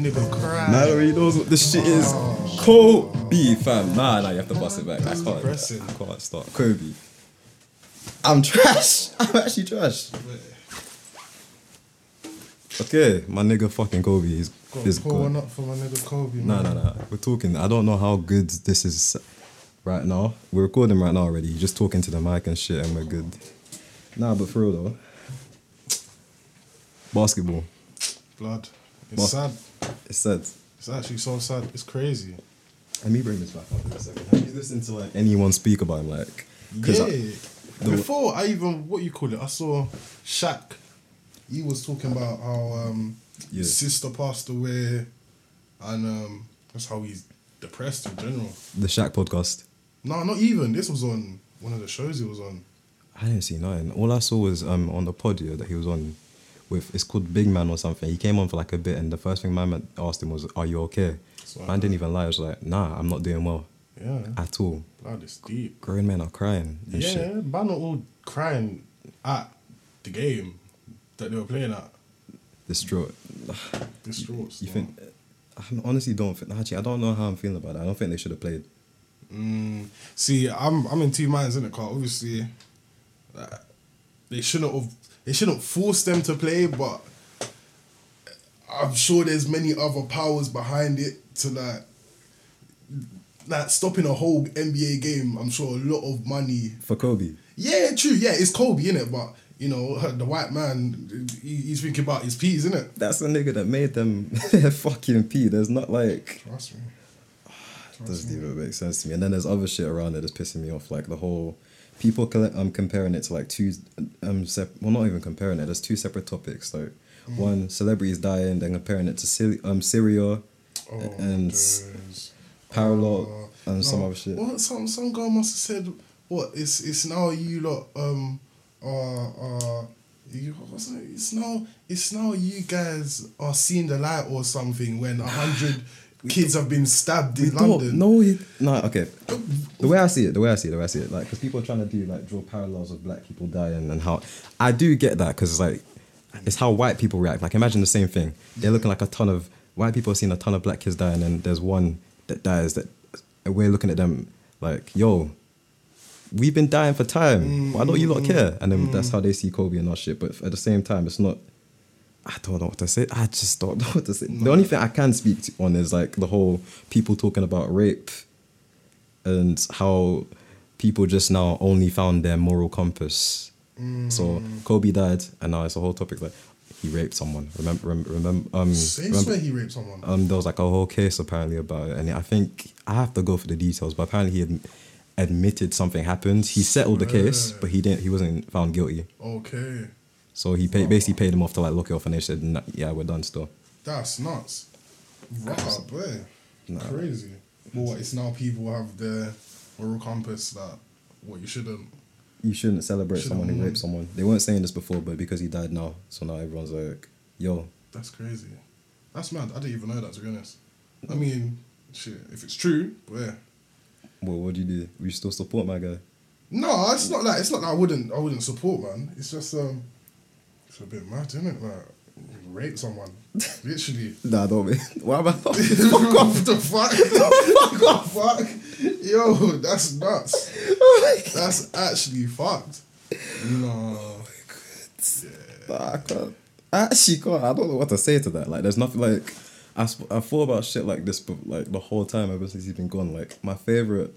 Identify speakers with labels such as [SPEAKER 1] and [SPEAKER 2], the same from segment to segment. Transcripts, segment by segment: [SPEAKER 1] Nigga cry.
[SPEAKER 2] Mallory knows what this shit is. Kobe, fam. Nah, nah, you have to bust it back. I can't.
[SPEAKER 1] depressing.
[SPEAKER 2] I can't stop. Kobe. I'm trash. I'm actually trash. Okay, my nigga fucking Kobe is
[SPEAKER 1] Got
[SPEAKER 2] is
[SPEAKER 1] to pour
[SPEAKER 2] good.
[SPEAKER 1] one up for my nigga Kobe.
[SPEAKER 2] No,
[SPEAKER 1] man.
[SPEAKER 2] no, no. We're talking. I don't know how good this is right now. We're recording right now already. You're just talking to the mic and shit, and we're good. Nah, but for real though, basketball.
[SPEAKER 1] Blood. It's
[SPEAKER 2] Well-
[SPEAKER 1] sad.
[SPEAKER 2] It's sad.
[SPEAKER 1] It's actually so sad. It's crazy.
[SPEAKER 2] Let me bring this back up in a second. Have you listened to like anyone speak about him? Like,
[SPEAKER 1] Yeah.
[SPEAKER 2] cause I, the-
[SPEAKER 1] Before I even what you call it, I saw Shaq. He was talking about how um,
[SPEAKER 2] Yeah.
[SPEAKER 1] his sister passed away, and um, that's how he's depressed in general.
[SPEAKER 2] the Shaq podcast.
[SPEAKER 1] No, not even. This was on one of the shows he was on.
[SPEAKER 2] I didn't see nothing. All I saw was um on the pod yeah, that he was on with. It's called Big Man or something. He came on for like a bit, and the first thing my man asked him was, "Are you okay?"
[SPEAKER 1] So I-
[SPEAKER 2] Man didn't even lie. I was like, "Nah, I'm not doing well
[SPEAKER 1] Yeah,
[SPEAKER 2] at all."
[SPEAKER 1] blood is deep.
[SPEAKER 2] Grown men are crying and
[SPEAKER 1] yeah,
[SPEAKER 2] shit.
[SPEAKER 1] man, are all crying at the game that they were playing at.
[SPEAKER 2] Distraught.
[SPEAKER 1] Distraught.
[SPEAKER 2] You
[SPEAKER 1] man.
[SPEAKER 2] think? I honestly don't think. Actually, I don't know how I'm feeling about that. I don't think they should have played.
[SPEAKER 1] Mm, see, I'm I'm in two minds in it, Carl. Obviously, uh, they shouldn't have they shouldn't force them to play, but I'm sure there's many other powers behind it to like like stopping a whole NBA game. I'm sure a lot of money.
[SPEAKER 2] For Kobe,
[SPEAKER 1] Yeah, true. Yeah, it's Kobe in it, but you know the white man, he, he's thinking about his peas in it.
[SPEAKER 2] that's the nigga that made them their fucking pee. There's not like.
[SPEAKER 1] Trust me.
[SPEAKER 2] doesn't even make sense to me. And then there's other shit around it that's pissing me off, like the whole people. Coll- I'm comparing it to like two, um, sep- well, not even comparing it. There's two separate topics. Like
[SPEAKER 1] Mm.
[SPEAKER 2] one, celebrities dying, then comparing it to Syri- um Syria,
[SPEAKER 1] Oh,
[SPEAKER 2] and s-
[SPEAKER 1] days.
[SPEAKER 2] parallel,
[SPEAKER 1] Uh,
[SPEAKER 2] and um, some
[SPEAKER 1] no.
[SPEAKER 2] other shit.
[SPEAKER 1] What some some girl must have said? What it's it's now you lot um uh uh you what's it? it's now it's now you guys are seeing the light or something when a hundred kids have been stabbed
[SPEAKER 2] We
[SPEAKER 1] in London.
[SPEAKER 2] don't know it. No, okay. The way I see it, the way I see it, the way I see it, like, because people are trying to do, like, draw parallels of black people dying and how. I do get that, because, like, it's how white people react. Like, imagine the same thing. They're looking like a ton of. White people are seeing a ton of black kids die, and then there's one that dies that. And we're looking at them like, yo, we've been dying for time. Why don't you lot
[SPEAKER 1] Mm.
[SPEAKER 2] care? And then that's how they see Kobe and our shit. But at the same time, it's not. I don't know what to say. I just don't know what to say. The only thing I can speak to on is like the whole people talking about rape and how people just now only found their moral compass. So Kobe died, and now it's a whole topic like he raped someone. Remember, remember, um,
[SPEAKER 1] They
[SPEAKER 2] remember-
[SPEAKER 1] swear he raped someone.
[SPEAKER 2] um, there was like a whole case apparently about it, and I think I have to go for the details. But apparently, he ad- admitted something happened. He settled the case,
[SPEAKER 1] Right.
[SPEAKER 2] but he didn't. He wasn't found guilty,
[SPEAKER 1] okay,
[SPEAKER 2] so he paid, basically paid him off to like lock it off, and they said, "Nah, "Yeah, we're done still."
[SPEAKER 1] that's nuts. Right, boy.
[SPEAKER 2] Nah.
[SPEAKER 1] crazy. But what, it's now people have their moral compass that what you shouldn't.
[SPEAKER 2] You shouldn't celebrate
[SPEAKER 1] Shouldn't,
[SPEAKER 2] someone who
[SPEAKER 1] mm.
[SPEAKER 2] raped someone. They weren't saying this before, but because he died now, so now everyone's like, "Yo,
[SPEAKER 1] That's crazy. That's mad. I didn't even know that to be honest. I mean, shit. If it's true, but yeah.
[SPEAKER 2] well, what do you do? We still support my guy."
[SPEAKER 1] No, it's not like it's not that I wouldn't I wouldn't support man. It's just um, it's a bit mad, isn't it? Like rape someone, literally.
[SPEAKER 2] Nah, don't. Be. Why am I?
[SPEAKER 1] Fuck off the fuck! Fuck off! Fuck! Yo, that's nuts. That's actually fucked. No.
[SPEAKER 2] Nah, I can't. I actually can't. I don't know what to say to that. Like, there's nothing like. I, sp- I thought about shit like this, but like the whole time ever since he's been gone. Like my favorite,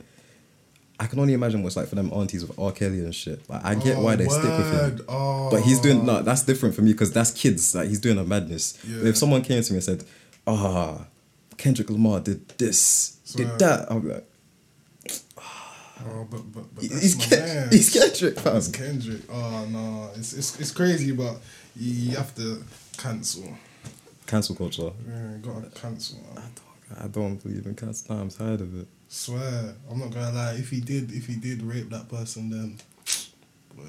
[SPEAKER 2] I can only imagine what's like for them aunties with R. Kelly and shit. Like I get
[SPEAKER 1] Oh,
[SPEAKER 2] why they stick with
[SPEAKER 1] word.
[SPEAKER 2] him, but he's doing
[SPEAKER 1] Oh.
[SPEAKER 2] no. That's different for me because that's kids. Like he's doing a madness. But
[SPEAKER 1] Yeah.
[SPEAKER 2] If someone came to me and said, "Ah, Kendrick Lamar did this,
[SPEAKER 1] Swear.
[SPEAKER 2] did that," I'm like,
[SPEAKER 1] Oh, but but, but that's
[SPEAKER 2] "He's,
[SPEAKER 1] my
[SPEAKER 2] Ken-
[SPEAKER 1] man.
[SPEAKER 2] he's Kendrick." Fam.
[SPEAKER 1] That's Kendrick. Oh no, it's it's it's crazy, but you, you have to cancel.
[SPEAKER 2] Cancel culture.
[SPEAKER 1] Yeah, you gotta cancel. Man.
[SPEAKER 2] I don't believe in cancel. I'm tired of it.
[SPEAKER 1] Swear, I'm not gonna lie. If he did, if he did rape that person, then well,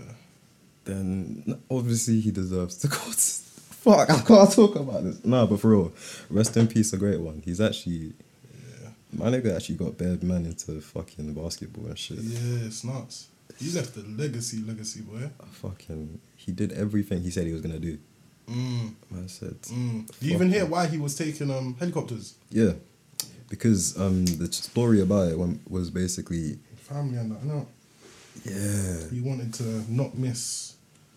[SPEAKER 2] then obviously he deserves to go. To, fuck, I can't talk about this. Nah, but for real, rest in peace, a great one. He's actually, my nigga actually got bad man into fucking basketball and shit.
[SPEAKER 1] yeah, it's nuts. He left a legacy, legacy boy.
[SPEAKER 2] Fucking, he did everything he said he was gonna do. I said,
[SPEAKER 1] Do Mm, you even hear why he was taking um helicopters?
[SPEAKER 2] yeah, because um, the story about it went, was basically,
[SPEAKER 1] Family and that, no.
[SPEAKER 2] yeah,
[SPEAKER 1] He wanted to not miss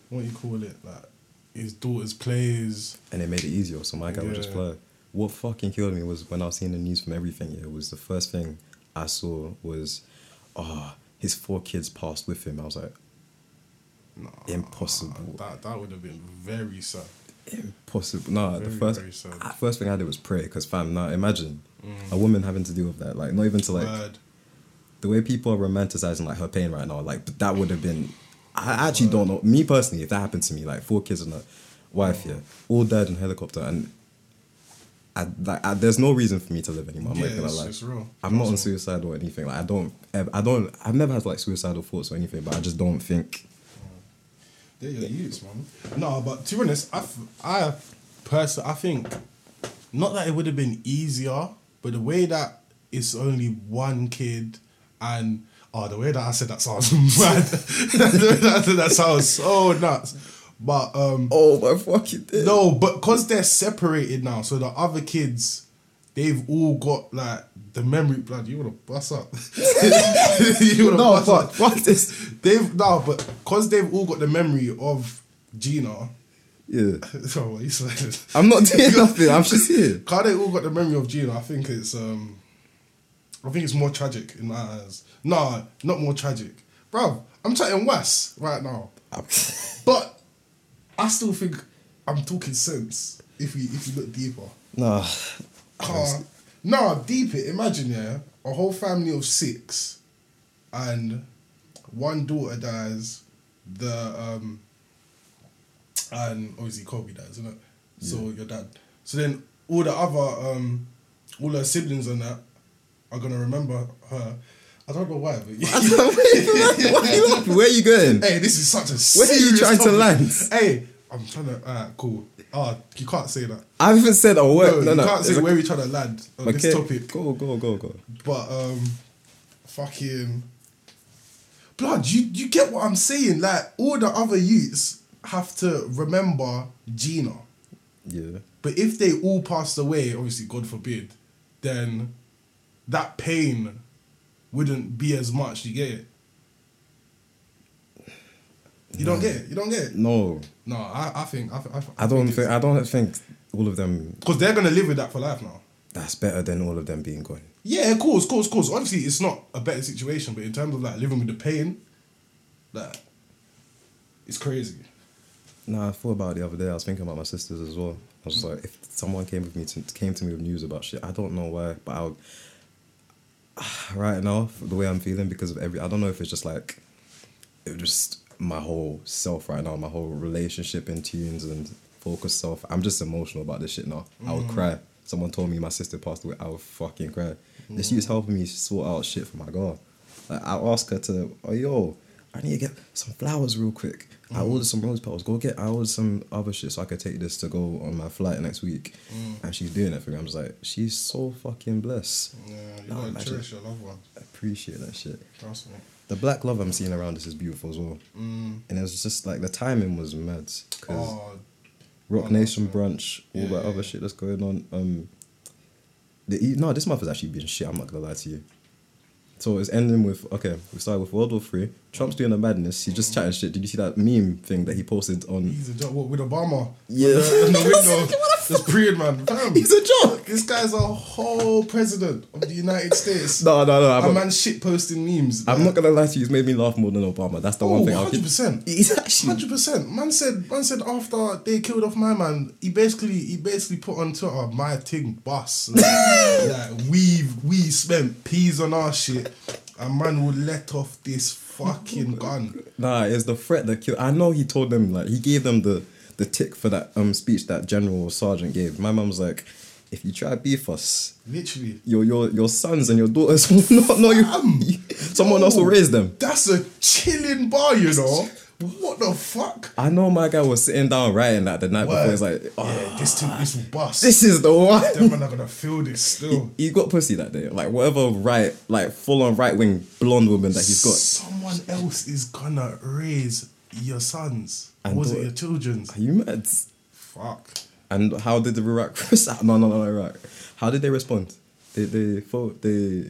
[SPEAKER 1] what you call it, like his daughter's plays.
[SPEAKER 2] and it made it easier. So my guy would just
[SPEAKER 1] Yeah.
[SPEAKER 2] play. What fucking killed me was when I was seeing the news from everything. yeah, It was the first thing I saw was, ah, his four kids passed with him. I was like,
[SPEAKER 1] Nah,
[SPEAKER 2] Impossible.
[SPEAKER 1] That that would have been very sad.
[SPEAKER 2] impossible. Nah, the
[SPEAKER 1] Very,
[SPEAKER 2] first
[SPEAKER 1] very sad. Mm.
[SPEAKER 2] ah, first thing I did was pray because fam, now imagine a woman having to deal with that. Like not even to like
[SPEAKER 1] Word.
[SPEAKER 2] the way people are romanticizing like her pain right now. Like but that would have been. I actually don't know. Me personally, if that happened to me, like four kids and a wife, yeah, all died in a helicopter, and I, like, I, there's no reason for me to live anymore. I'm
[SPEAKER 1] yeah,
[SPEAKER 2] not gonna
[SPEAKER 1] it's,
[SPEAKER 2] lie.
[SPEAKER 1] it's real.
[SPEAKER 2] I'm not on
[SPEAKER 1] Also,
[SPEAKER 2] suicide or anything. Like I don't, ev- I don't, I've never had like suicidal thoughts or anything, but I just don't think.
[SPEAKER 1] They're your youths, man. No, but to be honest, I, f- I personally, I think not that it would have been easier, but the way that it's only one kid and oh, the way that I said that sounds mad. the way that I said that sounds so nuts. But um,
[SPEAKER 2] Oh my fucking day.
[SPEAKER 1] no, but because they're separated now, so the other kids, they've all got like the memory. Blood, you wanna bust up? you wanna
[SPEAKER 2] no,
[SPEAKER 1] bust
[SPEAKER 2] fuck,
[SPEAKER 1] up?
[SPEAKER 2] fuck this.
[SPEAKER 1] They've no, but because they've all got the memory of Gina.
[SPEAKER 2] Yeah.
[SPEAKER 1] Oh, what you said?
[SPEAKER 2] I'm not doing nothing. I'm just here.
[SPEAKER 1] Because they all got the memory of Gina. I think it's um, I think it's more tragic in my eyes. Nah, not more tragic, bro. I'm chatting Wes right now, but I still think I'm talking sense. If we if you look deeper,
[SPEAKER 2] nah.
[SPEAKER 1] car. Nah, deep it. Imagine yeah, a whole family of six, and one daughter dies. The um, and obviously Kobe dies, isn't it? So your dad. So then all the other um, all her siblings and that are gonna remember her. I don't know why, but
[SPEAKER 2] Why are you laughing? Where are you going?
[SPEAKER 1] hey, this is such a.
[SPEAKER 2] Where are you
[SPEAKER 1] serious
[SPEAKER 2] trying to
[SPEAKER 1] topic.
[SPEAKER 2] land?
[SPEAKER 1] Hey, I'm trying to. Alright, cool. Ah, you can't say that.
[SPEAKER 2] I haven't said a
[SPEAKER 1] No,
[SPEAKER 2] word. No,
[SPEAKER 1] you
[SPEAKER 2] no.
[SPEAKER 1] can't
[SPEAKER 2] it's
[SPEAKER 1] say
[SPEAKER 2] like-
[SPEAKER 1] where we trying to land on
[SPEAKER 2] okay,
[SPEAKER 1] this topic.
[SPEAKER 2] Go, go, go, go.
[SPEAKER 1] But um, fucking blood. You you get what I'm saying? Like all the other youths have to remember Gina.
[SPEAKER 2] Yeah.
[SPEAKER 1] But if they all passed away, obviously, God forbid, then that pain wouldn't be as much. You get it? You don't get it. You don't get it.
[SPEAKER 2] No,
[SPEAKER 1] No, I, I think I, think- I, think-
[SPEAKER 2] I don't think. I don't think all of them.
[SPEAKER 1] because they're gonna live with that for life now.
[SPEAKER 2] That's better than all of them being gone.
[SPEAKER 1] Yeah, of course, of course, of course. Obviously, it's not a better situation, but in terms of like living with the pain, like it's crazy.
[SPEAKER 2] Nah, I thought about it the other day. I was thinking about my sisters as well. I was like, if someone came with me to, came to me with news about shit, I don't know why, but I would. Right now, the way I'm feeling because of every, I don't know if it's just like, it was just my whole self right now, my whole relationship in tunes and focus self. I'm just emotional about this shit now. I would cry. Someone told me my sister passed away. I would fucking cry. This youth's helping me sort out shit for my girl. Like I ask her to, oh yo, I need to get some flowers real quick. I ordered some rose petals. Go get. I ordered some other shit so I could take this to go on my flight next week. And she's doing it for me. I'm just like, she's so fucking blessed.
[SPEAKER 1] Yeah, you
[SPEAKER 2] Nah,
[SPEAKER 1] gotta
[SPEAKER 2] imagine.
[SPEAKER 1] cherish your loved one.
[SPEAKER 2] I appreciate that shit.
[SPEAKER 1] Trust me.
[SPEAKER 2] The black love I'm seeing around us is beautiful as well.
[SPEAKER 1] Mm.
[SPEAKER 2] And it was just like the timing was mad because
[SPEAKER 1] Oh,
[SPEAKER 2] Rock
[SPEAKER 1] oh,
[SPEAKER 2] Nation
[SPEAKER 1] that's
[SPEAKER 2] brunch, all
[SPEAKER 1] Yeah,
[SPEAKER 2] that
[SPEAKER 1] yeah,
[SPEAKER 2] other shit that's going on. Um, the e- no, this month has actually been shit. I'm not gonna lie to you. So it's ending with okay. We started with World War Three. Trump's doing the madness. He
[SPEAKER 1] Mm.
[SPEAKER 2] just chatting shit. Did you see that meme thing that he posted on?
[SPEAKER 1] he's a job what, with Obama.
[SPEAKER 2] Yeah.
[SPEAKER 1] in the window, this period man. Fam,
[SPEAKER 2] He's a joke.
[SPEAKER 1] this guy's a whole president of the United States.
[SPEAKER 2] No, no, no.
[SPEAKER 1] a
[SPEAKER 2] I'm, not,
[SPEAKER 1] man shit posting memes.
[SPEAKER 2] I'm not gonna lie to you. It's made me laugh more than Obama. That's the one
[SPEAKER 1] Oh,
[SPEAKER 2] thing. I'll
[SPEAKER 1] 100%.
[SPEAKER 2] He's actually.
[SPEAKER 1] Hundred percent. Man said. Man said after they killed off my man, he basically he basically put on Twitter my thing boss. Like, like, we we spent peas on our shit, and man would let off this fucking gun.
[SPEAKER 2] Nah, it's the threat that killed. I know he told them like he gave them the the tick for that um speech that General or Sergeant gave. My mum was like, if you try to beef us,
[SPEAKER 1] Literally,
[SPEAKER 2] your your your sons and your daughters will not know you. Someone else will
[SPEAKER 1] no.
[SPEAKER 2] raise them.
[SPEAKER 1] that's a chilling bar, you know. What the fuck?
[SPEAKER 2] I know my guy was sitting down writing that the night before. He's
[SPEAKER 1] Word. Ah.
[SPEAKER 2] like, oh,
[SPEAKER 1] yeah, this thing this will bust.
[SPEAKER 2] this is the one.
[SPEAKER 1] Them man are gonna feel this still.
[SPEAKER 2] He got pussy that day. Like whatever right, like full on right wing blonde woman that he's got.
[SPEAKER 1] Someone else is gonna raise your sons.
[SPEAKER 2] And
[SPEAKER 1] was it
[SPEAKER 2] daughter-
[SPEAKER 1] your children's?
[SPEAKER 2] Are you mad?
[SPEAKER 1] Fuck.
[SPEAKER 2] And how did the Iraq? no, no, no, no, Iraq. How did they respond? They they fought, they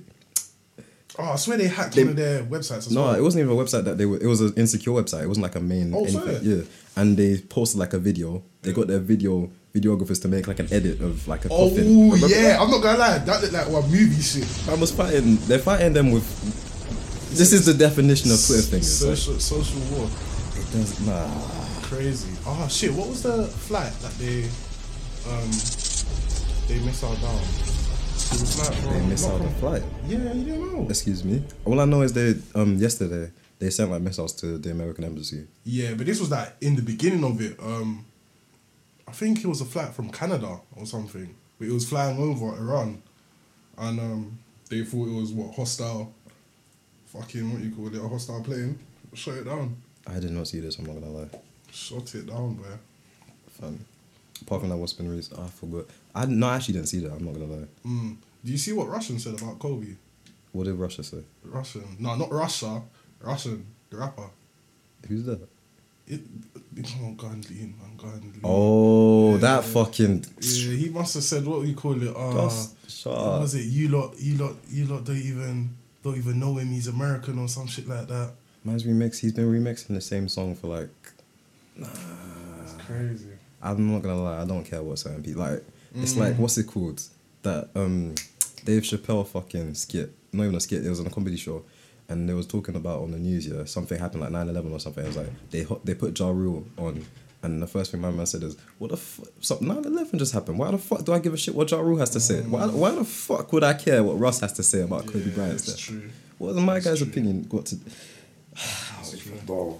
[SPEAKER 1] Oh, I swear they hacked
[SPEAKER 2] They-
[SPEAKER 1] one of their websites. As
[SPEAKER 2] no,
[SPEAKER 1] well.
[SPEAKER 2] it wasn't even a website that they were. It was an insecure website. It wasn't like a main.
[SPEAKER 1] Oh, fair.
[SPEAKER 2] yeah. And they posted like a video. They got their video videographers to make like an edit of like a
[SPEAKER 1] Oh
[SPEAKER 2] coffin. Remember
[SPEAKER 1] yeah, I'm not gonna lie, that looked like one movie shit.
[SPEAKER 2] I was fighting. They're fighting them with. This is the definition of Twitter thing. It's like,
[SPEAKER 1] Social social war,
[SPEAKER 2] it does nah.
[SPEAKER 1] crazy. Oh shit, what was the flight that they um they missile down? It was like
[SPEAKER 2] They
[SPEAKER 1] from-
[SPEAKER 2] missed
[SPEAKER 1] not
[SPEAKER 2] out the
[SPEAKER 1] from-
[SPEAKER 2] flight.
[SPEAKER 1] Yeah, you didn't know.
[SPEAKER 2] Excuse me. All I know is they um yesterday they sent like missiles to the American embassy.
[SPEAKER 1] Yeah, but this was like in the beginning of it. Um, I think it was a flight from Canada or something, but it was flying over Iran, and um, they thought it was what hostile, fucking what you call it, a hostile plane. Shut it down.
[SPEAKER 2] I did not see this. I'm not gonna lie.
[SPEAKER 1] Shut it down, bro.
[SPEAKER 2] Um, apart from that, what's been released? I forgot. I no, I actually didn't see that. I'm not gonna lie.
[SPEAKER 1] Mm. Do you see what Russian said about Kobe?
[SPEAKER 2] What did Russia say?
[SPEAKER 1] Russian, no, not Russia. Russian, the rapper.
[SPEAKER 2] Who's that?
[SPEAKER 1] It, it, I'm going lean. I'm going lean.
[SPEAKER 2] Oh, that
[SPEAKER 1] Yeah.
[SPEAKER 2] fucking.
[SPEAKER 1] Yeah, he must have said what we call it. Uh,
[SPEAKER 2] Just shut
[SPEAKER 1] What
[SPEAKER 2] up.
[SPEAKER 1] was it? You lot, you lot, you lot don't even don't even know him. He's American or some shit like that.
[SPEAKER 2] Man's remix. He's been remixing the same song for like.
[SPEAKER 1] It's crazy.
[SPEAKER 2] I'm not gonna lie. I don't care what certain people like.
[SPEAKER 1] Mm.
[SPEAKER 2] It's like what's it called? That um, Dave Chappelle fucking skit. Not even a skit. It was on a comedy show, and they was talking about on the news. Yeah, something happened like 9-11 or something. It was like they ho- they put Ja Rule on. And the first thing my man said is, "What the fuck? Something 9/11 just happened. Why the fuck do I give a shit what Ja Rule has to
[SPEAKER 1] Mm.
[SPEAKER 2] say? Why, why the fuck would I care what Russ has to say about Kobe
[SPEAKER 1] Yeah,
[SPEAKER 2] Bryant's
[SPEAKER 1] it's
[SPEAKER 2] death?
[SPEAKER 1] true.
[SPEAKER 2] What has my
[SPEAKER 1] It's
[SPEAKER 2] guy's
[SPEAKER 1] true.
[SPEAKER 2] opinion got to?
[SPEAKER 1] It's true.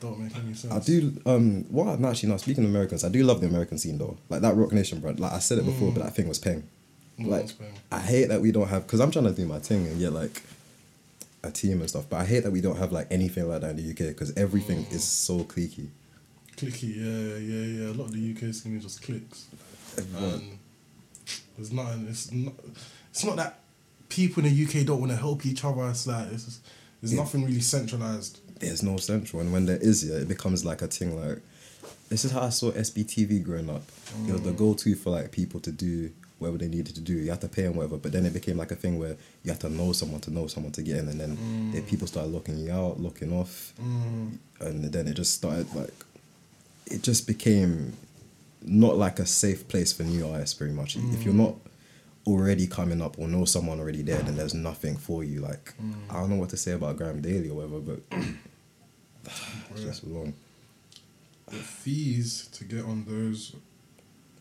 [SPEAKER 1] Don't make any sense.
[SPEAKER 2] I do. Um, well, no, actually, no. Speaking of Americans, I do love the American scene though. Like that Rock Nation, bro. Like I said it before, but that thing was peng.
[SPEAKER 1] What
[SPEAKER 2] Like
[SPEAKER 1] was Mm. peng?
[SPEAKER 2] I hate that we don't have because I'm trying to do my thing and get like a team and stuff. But I hate that we don't have like anything like that in the UK because everything
[SPEAKER 1] Mm.
[SPEAKER 2] is so cliquey.
[SPEAKER 1] Clicky, yeah, yeah, yeah. A lot of the UK singing just clicks. And there's nothing. It's not. It's not that people in the UK don't want to help each other. It's like it's just, there's
[SPEAKER 2] Yeah.
[SPEAKER 1] nothing really centralized.
[SPEAKER 2] There's no central, and when there is, yeah, it becomes like a thing. Like this is how I saw SBTV growing up. It was the go-to for like people to do whatever they needed to do. You had to pay and whatever, but then it became like a thing where you had to know someone to know someone to get in, and then the people started locking you out, locking off,
[SPEAKER 1] Mm.
[SPEAKER 2] and then it just started like it just became not like a safe place for new artists very much. If you're not already coming up or know someone already there, then there's nothing for you. Like I don't know what to say about Graham Daly or whatever, but it's just wrong.
[SPEAKER 1] The fees to get on those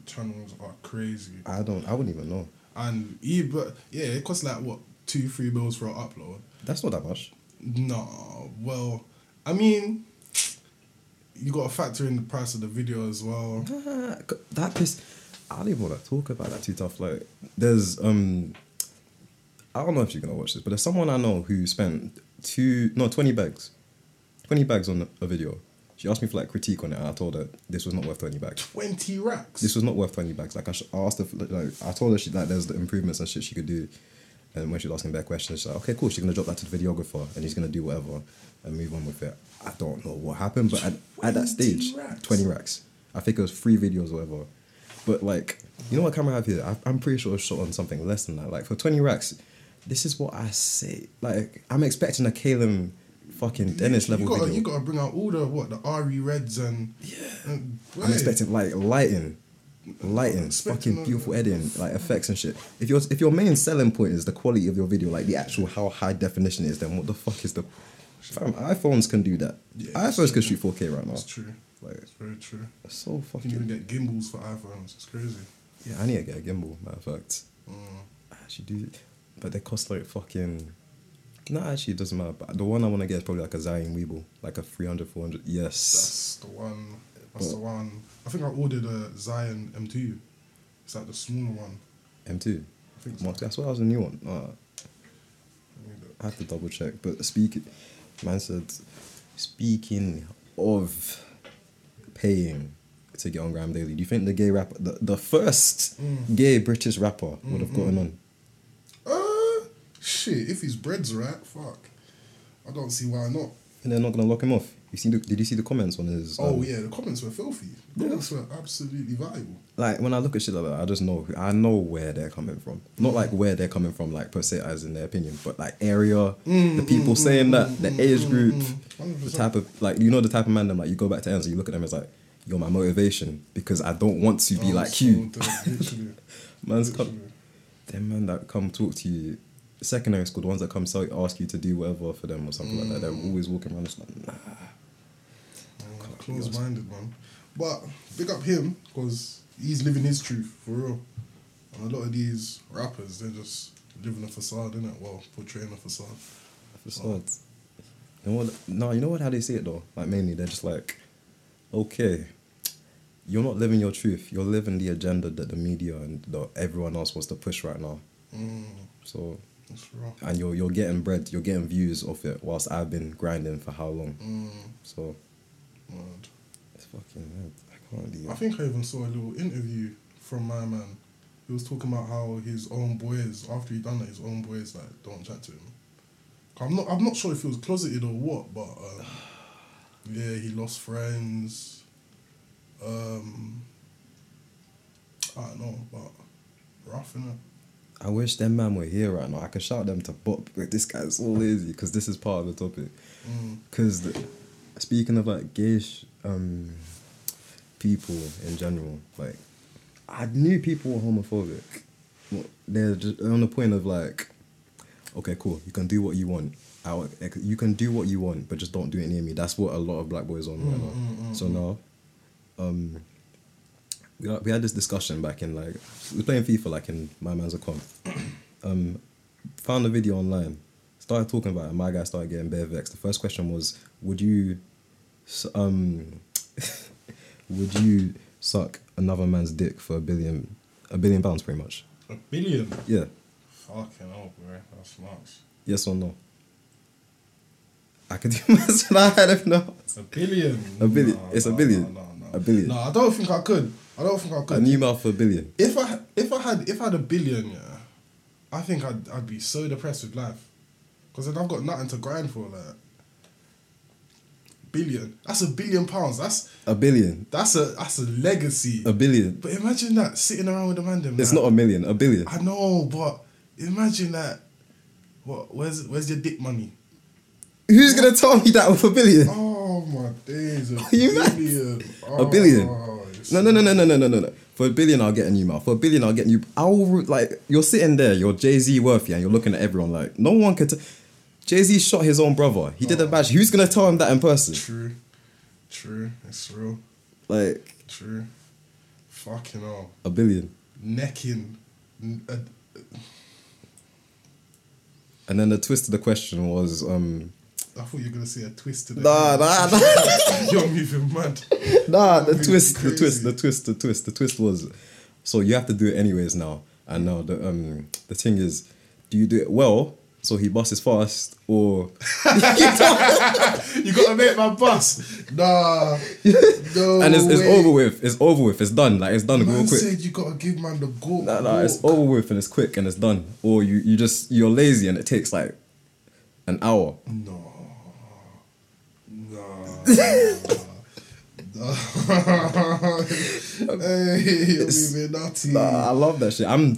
[SPEAKER 1] channels are crazy.
[SPEAKER 2] I don't. I wouldn't even know.
[SPEAKER 1] And e but yeah, it costs like what two, three bills for an upload.
[SPEAKER 2] That's not that much.
[SPEAKER 1] No, well, I mean, you got to factor in the price of the video as well.
[SPEAKER 2] that piss. I don't even want to talk about that too tough. Like, there's um, I don't know if you're gonna watch this, but there's someone I know who spent two, no, twenty bags, twenty bags on a video. She asked me for like critique on it, and I told her this was not worth twenty bags.
[SPEAKER 1] Twenty racks.
[SPEAKER 2] This was not worth twenty bags. Like I, sh- I asked her, for, like I told her she like there's the improvements and shit she could do, and when she was asking back questions, she's like, okay, cool. She's gonna drop that to the videographer, and he's gonna do whatever, and move on with it. I don't know what happened, but at, at
[SPEAKER 1] 20
[SPEAKER 2] that stage,
[SPEAKER 1] racks.
[SPEAKER 2] twenty racks. I think it was three videos or whatever. But like, you know what camera I have here? I, I'm pretty sure it's shot on something less than that. Like for twenty racks, this is what I say. Like I'm expecting a Caleb fucking Dennis
[SPEAKER 1] you,
[SPEAKER 2] level
[SPEAKER 1] gotta,
[SPEAKER 2] video.
[SPEAKER 1] You got to bring out all the what the RE Reds and yeah.
[SPEAKER 2] I'm expecting like lighting, lighting,
[SPEAKER 1] Expecting
[SPEAKER 2] fucking
[SPEAKER 1] a-
[SPEAKER 2] beautiful editing, like effects and shit. If your if your main selling point is the quality of your video, like the actual how high definition it is, then what the fuck is the? Fam, iPhones can do that.
[SPEAKER 1] Yeah,
[SPEAKER 2] iPhones can shoot 4K right now.
[SPEAKER 1] It's true.
[SPEAKER 2] Like
[SPEAKER 1] It's very true.
[SPEAKER 2] it's so
[SPEAKER 1] You can even
[SPEAKER 2] fucking.
[SPEAKER 1] get gimbals for iPhones. It's crazy.
[SPEAKER 2] Yeah, I need to get a gimbal. Matter of fact,
[SPEAKER 1] Mm.
[SPEAKER 2] I actually do, but they cost like fucking. No, actually, it doesn't matter. But the one I want to get is probably like a Zion Weeble, like a 300, 400. Yes.
[SPEAKER 1] That's the one. That's the one. I think I ordered a Zion M2. It's like the smaller one.
[SPEAKER 2] M2.
[SPEAKER 1] I think so.
[SPEAKER 2] Mark, that's what I was a new one. Uh, I have to double check. But speaking, man said, speaking of paying to get on Graham Daily, do you think the gay rapper, the, the first
[SPEAKER 1] Mm. Mm-hmm.
[SPEAKER 2] gay British rapper, would have gotten on?
[SPEAKER 1] Uh, shit. If his bread's right, fuck. I don't see why not.
[SPEAKER 2] And they're not gonna lock him off. You seen? The, did you see the comments on his?
[SPEAKER 1] Oh
[SPEAKER 2] um,
[SPEAKER 1] yeah, the comments were filthy. The comments were absolutely valuable.
[SPEAKER 2] Like when I look at shit like that, I just know I know where they're coming from. Not like where they're coming from, like per se, as in their opinion, but like area,
[SPEAKER 1] Mm,
[SPEAKER 2] the people saying that, the age group, the
[SPEAKER 1] 100%.
[SPEAKER 2] type of like you know the type of man them like you go back to ends and you look at them as like you're my motivation because I don't want to be
[SPEAKER 1] Oh,
[SPEAKER 2] like
[SPEAKER 1] so
[SPEAKER 2] you.
[SPEAKER 1] dope, literally, Uh,
[SPEAKER 2] Man's come,
[SPEAKER 1] literally.
[SPEAKER 2] them man that come talk to you, secondary school, the ones that come so ask you to do whatever for them or something like that.
[SPEAKER 1] Mm.
[SPEAKER 2] They're always walking around just like nah.
[SPEAKER 1] Oh, Close-minded man, but big up him because he's living his truth for real. And a lot of these rappers, they're just living a facade, innit? Well, portraying a facade.
[SPEAKER 2] Facades. You know what? No, you know what? How they say it though. Like mainly, they're just like, okay, you're not living your truth. You're living the agenda that the media and the, everyone else wants to push right now.
[SPEAKER 1] Mm,
[SPEAKER 2] So,
[SPEAKER 1] that's rough.
[SPEAKER 2] and you're you're getting bread, you're getting views off it. Whilst I've been grinding for how long?
[SPEAKER 1] Mm,
[SPEAKER 2] So
[SPEAKER 1] mad.
[SPEAKER 2] it's fucking. mad. I can't
[SPEAKER 1] I
[SPEAKER 2] leave.
[SPEAKER 1] think I even saw a little interview from my man. He was talking about how his own boys, after he done it, his own boys like don't chat to him. I'm not. I'm not sure if he was closeted or what, but um, yeah, he lost friends. Um, I don't know, but rough innit?
[SPEAKER 2] I wish them man were here right now. I could shout them to Bop. But this guy's all lazy because this is part of the topic.
[SPEAKER 1] Mm.
[SPEAKER 2] Because speaking of like gayish um, people in general, like I knew people were homophobic. Well, They're just on the point of like, okay, cool, you can do what you want. I, wa- ex- you can do what you want, but just don't do it near me. That's what a lot of black boys are on right now. so now, um, we, had- we had this discussion back in like we were playing FIFA like in my man's account. Um, found a video online, started talking about it. My guy started getting bare vexed. The first question was, "Would you, s- um, would you suck another man's dick for a billion, a billion pounds, pretty much?"
[SPEAKER 1] A billion.
[SPEAKER 2] Yeah,
[SPEAKER 1] Fucking hell, bro. That's nuts.
[SPEAKER 2] yes or no. I could do maths and I had it now.
[SPEAKER 1] A billion.
[SPEAKER 2] A billion.
[SPEAKER 1] Nah,
[SPEAKER 2] It's a
[SPEAKER 1] nah,
[SPEAKER 2] billion.
[SPEAKER 1] nah, nah, nah.
[SPEAKER 2] A billion.
[SPEAKER 1] No, I don't think I could. I don't think I could.
[SPEAKER 2] A new mouth for a billion.
[SPEAKER 1] If I if I had if I had a billion, yeah, I think I'd I'd be so depressed with life, because then I've got nothing to grind for. Like billion, that's a billion pounds. That's
[SPEAKER 2] A billion.
[SPEAKER 1] that's a that's a legacy.
[SPEAKER 2] A billion.
[SPEAKER 1] but imagine that sitting around with a man. Them,
[SPEAKER 2] It's
[SPEAKER 1] like,
[SPEAKER 2] not a million. A billion.
[SPEAKER 1] I know, but imagine that. What? Where's where's your dick money?
[SPEAKER 2] Who's gonna tell me that with a billion?
[SPEAKER 1] Oh my days! A
[SPEAKER 2] you mad?
[SPEAKER 1] billion.
[SPEAKER 2] A billion.
[SPEAKER 1] Oh, it's-
[SPEAKER 2] No, no, no, no, no, no, no, no, no. For a billion, I'll get a new mouth. For a billion, I'll get new. I'll like you're sitting there, you're Jay Z worthy, and you're looking at everyone like no one could. T- Jay Z shot his own brother. He
[SPEAKER 1] Oh.
[SPEAKER 2] did a badge. Who's gonna tell him that in person?
[SPEAKER 1] True, true. It's real.
[SPEAKER 2] Like
[SPEAKER 1] True. Fucking hell.
[SPEAKER 2] a billion,
[SPEAKER 1] necking. n- uh,
[SPEAKER 2] and then the twist of the question was, um,
[SPEAKER 1] I thought you were gonna say a twist today.
[SPEAKER 2] nah, nah, nah,
[SPEAKER 1] You're moving mad.
[SPEAKER 2] nah. The
[SPEAKER 1] That'd be
[SPEAKER 2] twist, the twist,
[SPEAKER 1] crazy.
[SPEAKER 2] the twist, the twist, the twist was, so you have to do it anyways now. And now the um the thing is, do you do it well so he busts fast or?
[SPEAKER 1] You gotta make my bus. Nah. No.
[SPEAKER 2] and it's, it's
[SPEAKER 1] way.
[SPEAKER 2] over with. It's over with. It's done. Like it's done
[SPEAKER 1] Man
[SPEAKER 2] real quick.
[SPEAKER 1] said you gotta give man the goat.
[SPEAKER 2] Nah, nah, it's
[SPEAKER 1] walk.
[SPEAKER 2] over with and it's quick and it's done. Or you, you just you're lazy and it takes like an hour.
[SPEAKER 1] No. Nah. nah. hey, you're
[SPEAKER 2] It's-
[SPEAKER 1] being naughty.
[SPEAKER 2] Nah, I love that shit. I'm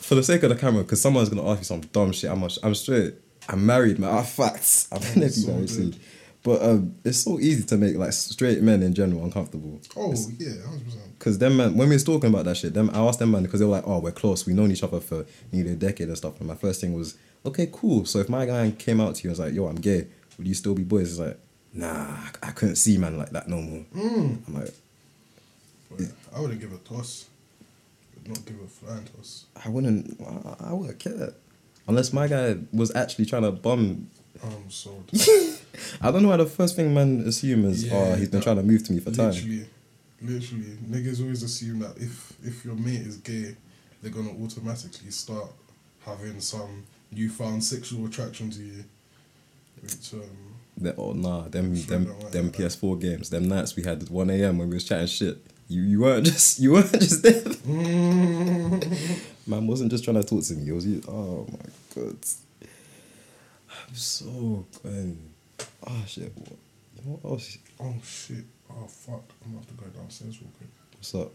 [SPEAKER 2] for the sake of the camera because someone's gonna ask you some dumb shit. I'm not- I'm straight. I'm married, man. I'm facts. I'm gonna be
[SPEAKER 1] so
[SPEAKER 2] married soon.
[SPEAKER 1] dead.
[SPEAKER 2] But um, it's so easy to make like straight men in general uncomfortable.
[SPEAKER 1] Oh yeah, hundred percent.
[SPEAKER 2] Cause them man, when we was talking about that shit, them I asked them man because they were like, oh, we're close. We known each other for nearly a decade and stuff. And my first thing was, okay, cool. So if my guy came out to you and was like, yo, I'm gay, would you still be boys? It's like, nah, I- I couldn't see man like that no more. I'm like,
[SPEAKER 1] But Hmm. I wouldn't give a toss. Would not give a flying toss.
[SPEAKER 2] I wouldn't, I, I wouldn't care. Unless my guy was actually trying to bum.
[SPEAKER 1] I'm sold.
[SPEAKER 2] I don't know why the first thing man assume is, oh,
[SPEAKER 1] Yeah,
[SPEAKER 2] he's been
[SPEAKER 1] that-
[SPEAKER 2] trying to move to me for time.
[SPEAKER 1] Literally, literally, niggas always assume that if if your mate is gay, they're gonna automatically start having some newfound sexual attraction to you. Which um,
[SPEAKER 2] That oh nah, them
[SPEAKER 1] Sure,
[SPEAKER 2] them
[SPEAKER 1] don't worry
[SPEAKER 2] them
[SPEAKER 1] about it.
[SPEAKER 2] PS4 games, them nights we had at one AM when we was chatting shit. You you weren't just you weren't just there. Man wasn't just trying to talk to me. It was you. Oh my god, I'm so going. Oh shit, what? What else?
[SPEAKER 1] Oh shit! Oh fuck! I'm gonna have to go downstairs real quick.
[SPEAKER 2] What's up?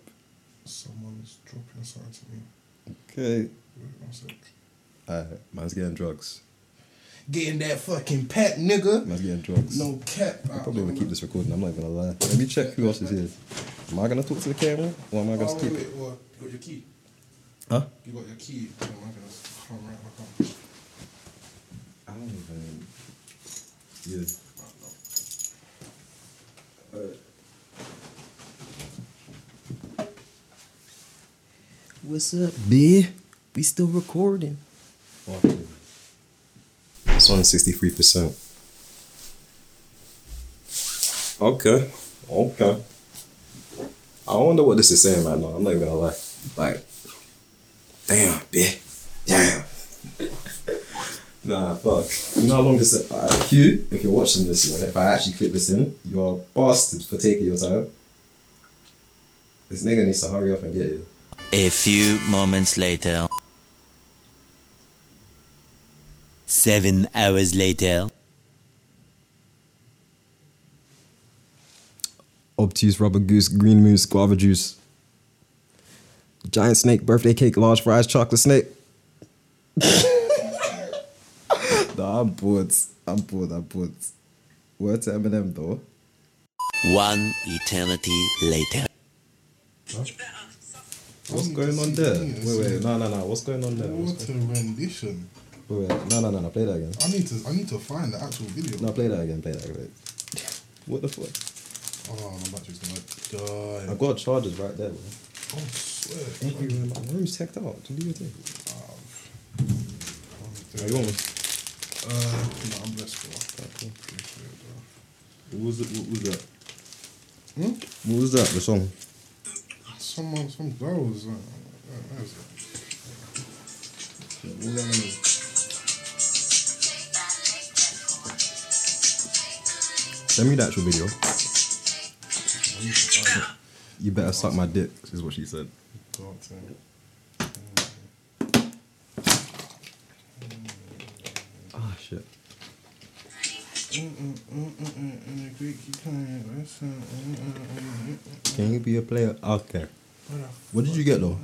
[SPEAKER 1] Someone's dropping something to me.
[SPEAKER 2] Okay.
[SPEAKER 1] Wait one sec.
[SPEAKER 2] Uh, man's getting drugs.
[SPEAKER 1] Getting that fucking pet, nigga.
[SPEAKER 2] Man's getting drugs.
[SPEAKER 1] No cap.
[SPEAKER 2] I'm probably gonna keep this recording. I'm not gonna lie. Let me check who else is here. Am I gonna talk to the camera or am I gonna
[SPEAKER 1] Oh, wait,
[SPEAKER 2] keep
[SPEAKER 1] wait,
[SPEAKER 2] it?
[SPEAKER 1] what? You got your key.
[SPEAKER 2] Huh?
[SPEAKER 1] You got your key. Oh, my goodness. Come right back on.
[SPEAKER 2] I don't even. Yeah.
[SPEAKER 1] Right, no.
[SPEAKER 2] What's up, B? We still recording. It's on sixty-three percent. Okay. Okay. I wonder what this is saying right now. I'm not even gonna lie. Like, damn, B. Damn. nah, fuck. You know how long this is? Uh, Q, if you're watching this, you know, if I actually clip this in, you're a bastard for taking your time. This nigga needs to hurry up and get you.
[SPEAKER 3] A few moments later. Seven hours later.
[SPEAKER 2] obtuse rubber goose, green moose, guava juice, giant snake, birthday cake, large fries, chocolate snake. nah, I'm bored. I'm bored. I'm bored. Word to Eminem though.
[SPEAKER 3] One eternity later.
[SPEAKER 2] What's going on there?
[SPEAKER 1] Yes.
[SPEAKER 2] Wait, wait, no, no, no. What's going on there? What's
[SPEAKER 1] What a rendition.
[SPEAKER 2] Wait, wait, no, no, no, no. Play that again.
[SPEAKER 1] I need to I need to find the actual video.
[SPEAKER 2] No, play that again. Play that again. What the fuck?
[SPEAKER 1] Oh my battery's gonna die.
[SPEAKER 2] I've got chargers right there. Bro.
[SPEAKER 1] Oh swear.
[SPEAKER 2] Thank you. My room's checked out. Do your thing.
[SPEAKER 1] Uh,
[SPEAKER 2] you want one?
[SPEAKER 1] no, I'm blessed bro.
[SPEAKER 2] What was it? What was that?
[SPEAKER 1] Hmm?
[SPEAKER 2] What was that? The song.
[SPEAKER 1] Someone some girl was uh, uh, where is it? All I know is-
[SPEAKER 2] Send me the actual video. You better suck my dick, is what she said.
[SPEAKER 1] Dark thing.
[SPEAKER 2] Ah, shit.
[SPEAKER 1] Mm-mm-mm-mm-mm-mm, Greek client, that's, uh, mm-mm-mm-mm-mm.
[SPEAKER 2] Can you be a player? Okay.
[SPEAKER 1] What the
[SPEAKER 2] What did you get though?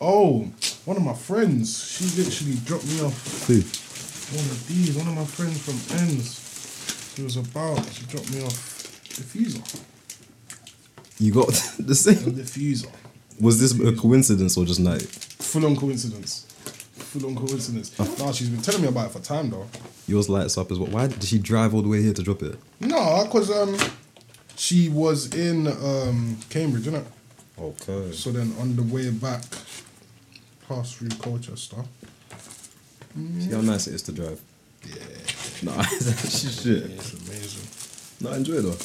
[SPEAKER 1] Oh, one of my friends, she literally dropped me off
[SPEAKER 2] Who?
[SPEAKER 1] one of these. One of my friends from Ends, she was about, she dropped me off diffuser.
[SPEAKER 2] You got the
[SPEAKER 1] A
[SPEAKER 2] same.
[SPEAKER 1] diffuser.
[SPEAKER 2] Was this a coincidence or just like
[SPEAKER 1] Full on coincidence. Full on coincidence. Nah, she's been telling me about it for time though.
[SPEAKER 2] yours lights up as well? Why did she drive all the way here to drop it?
[SPEAKER 1] No, cause um, she was in um Cambridge, innit?
[SPEAKER 2] Okay.
[SPEAKER 1] So then on the way back, passed through Colchester.
[SPEAKER 2] See how nice it is to drive.
[SPEAKER 1] Yeah,
[SPEAKER 2] Nah, it's actually shit.
[SPEAKER 1] it's amazing.
[SPEAKER 2] No, I enjoy it though.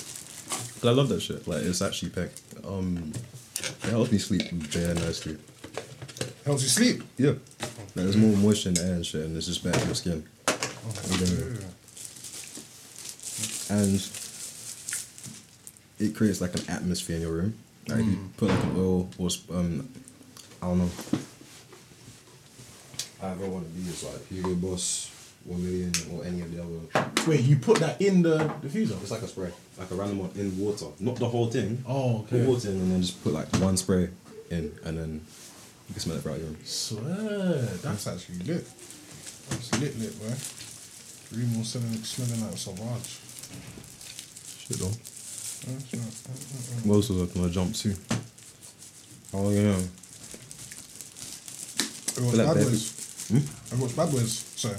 [SPEAKER 2] 'Cause I love that shit. Like it's actually peck. Um, it helps me sleep very nicely.
[SPEAKER 1] Helps you sleep.
[SPEAKER 2] Yeah. Like, there's more moisture in the air and shit, and it's just better for your skin. Okay. and it creates like an atmosphere in your room. Like if you put like an oil or sp- um, I don't know. I ever want to be is like Hugo Boss, One Million, or any of the other.
[SPEAKER 1] Wait, you put that in the diffuser?
[SPEAKER 2] It's like a spray, like a random one in water, not the whole thing.
[SPEAKER 1] Oh,
[SPEAKER 2] Put water in and then just put like one spray in, and then you can smell it throughout your room.
[SPEAKER 1] Swear, that's actually lit. That's lit, lit, bro. Remo selling, smelling like Savage.
[SPEAKER 2] Shit though.
[SPEAKER 1] That's right. Mm, mm, mm.
[SPEAKER 2] What else was I gonna jump to? Oh yeah.
[SPEAKER 1] I watched
[SPEAKER 2] Feel like
[SPEAKER 1] Bad
[SPEAKER 2] that-
[SPEAKER 1] Boys.
[SPEAKER 2] Hmm?
[SPEAKER 1] I watched Bad Boys. Sorry.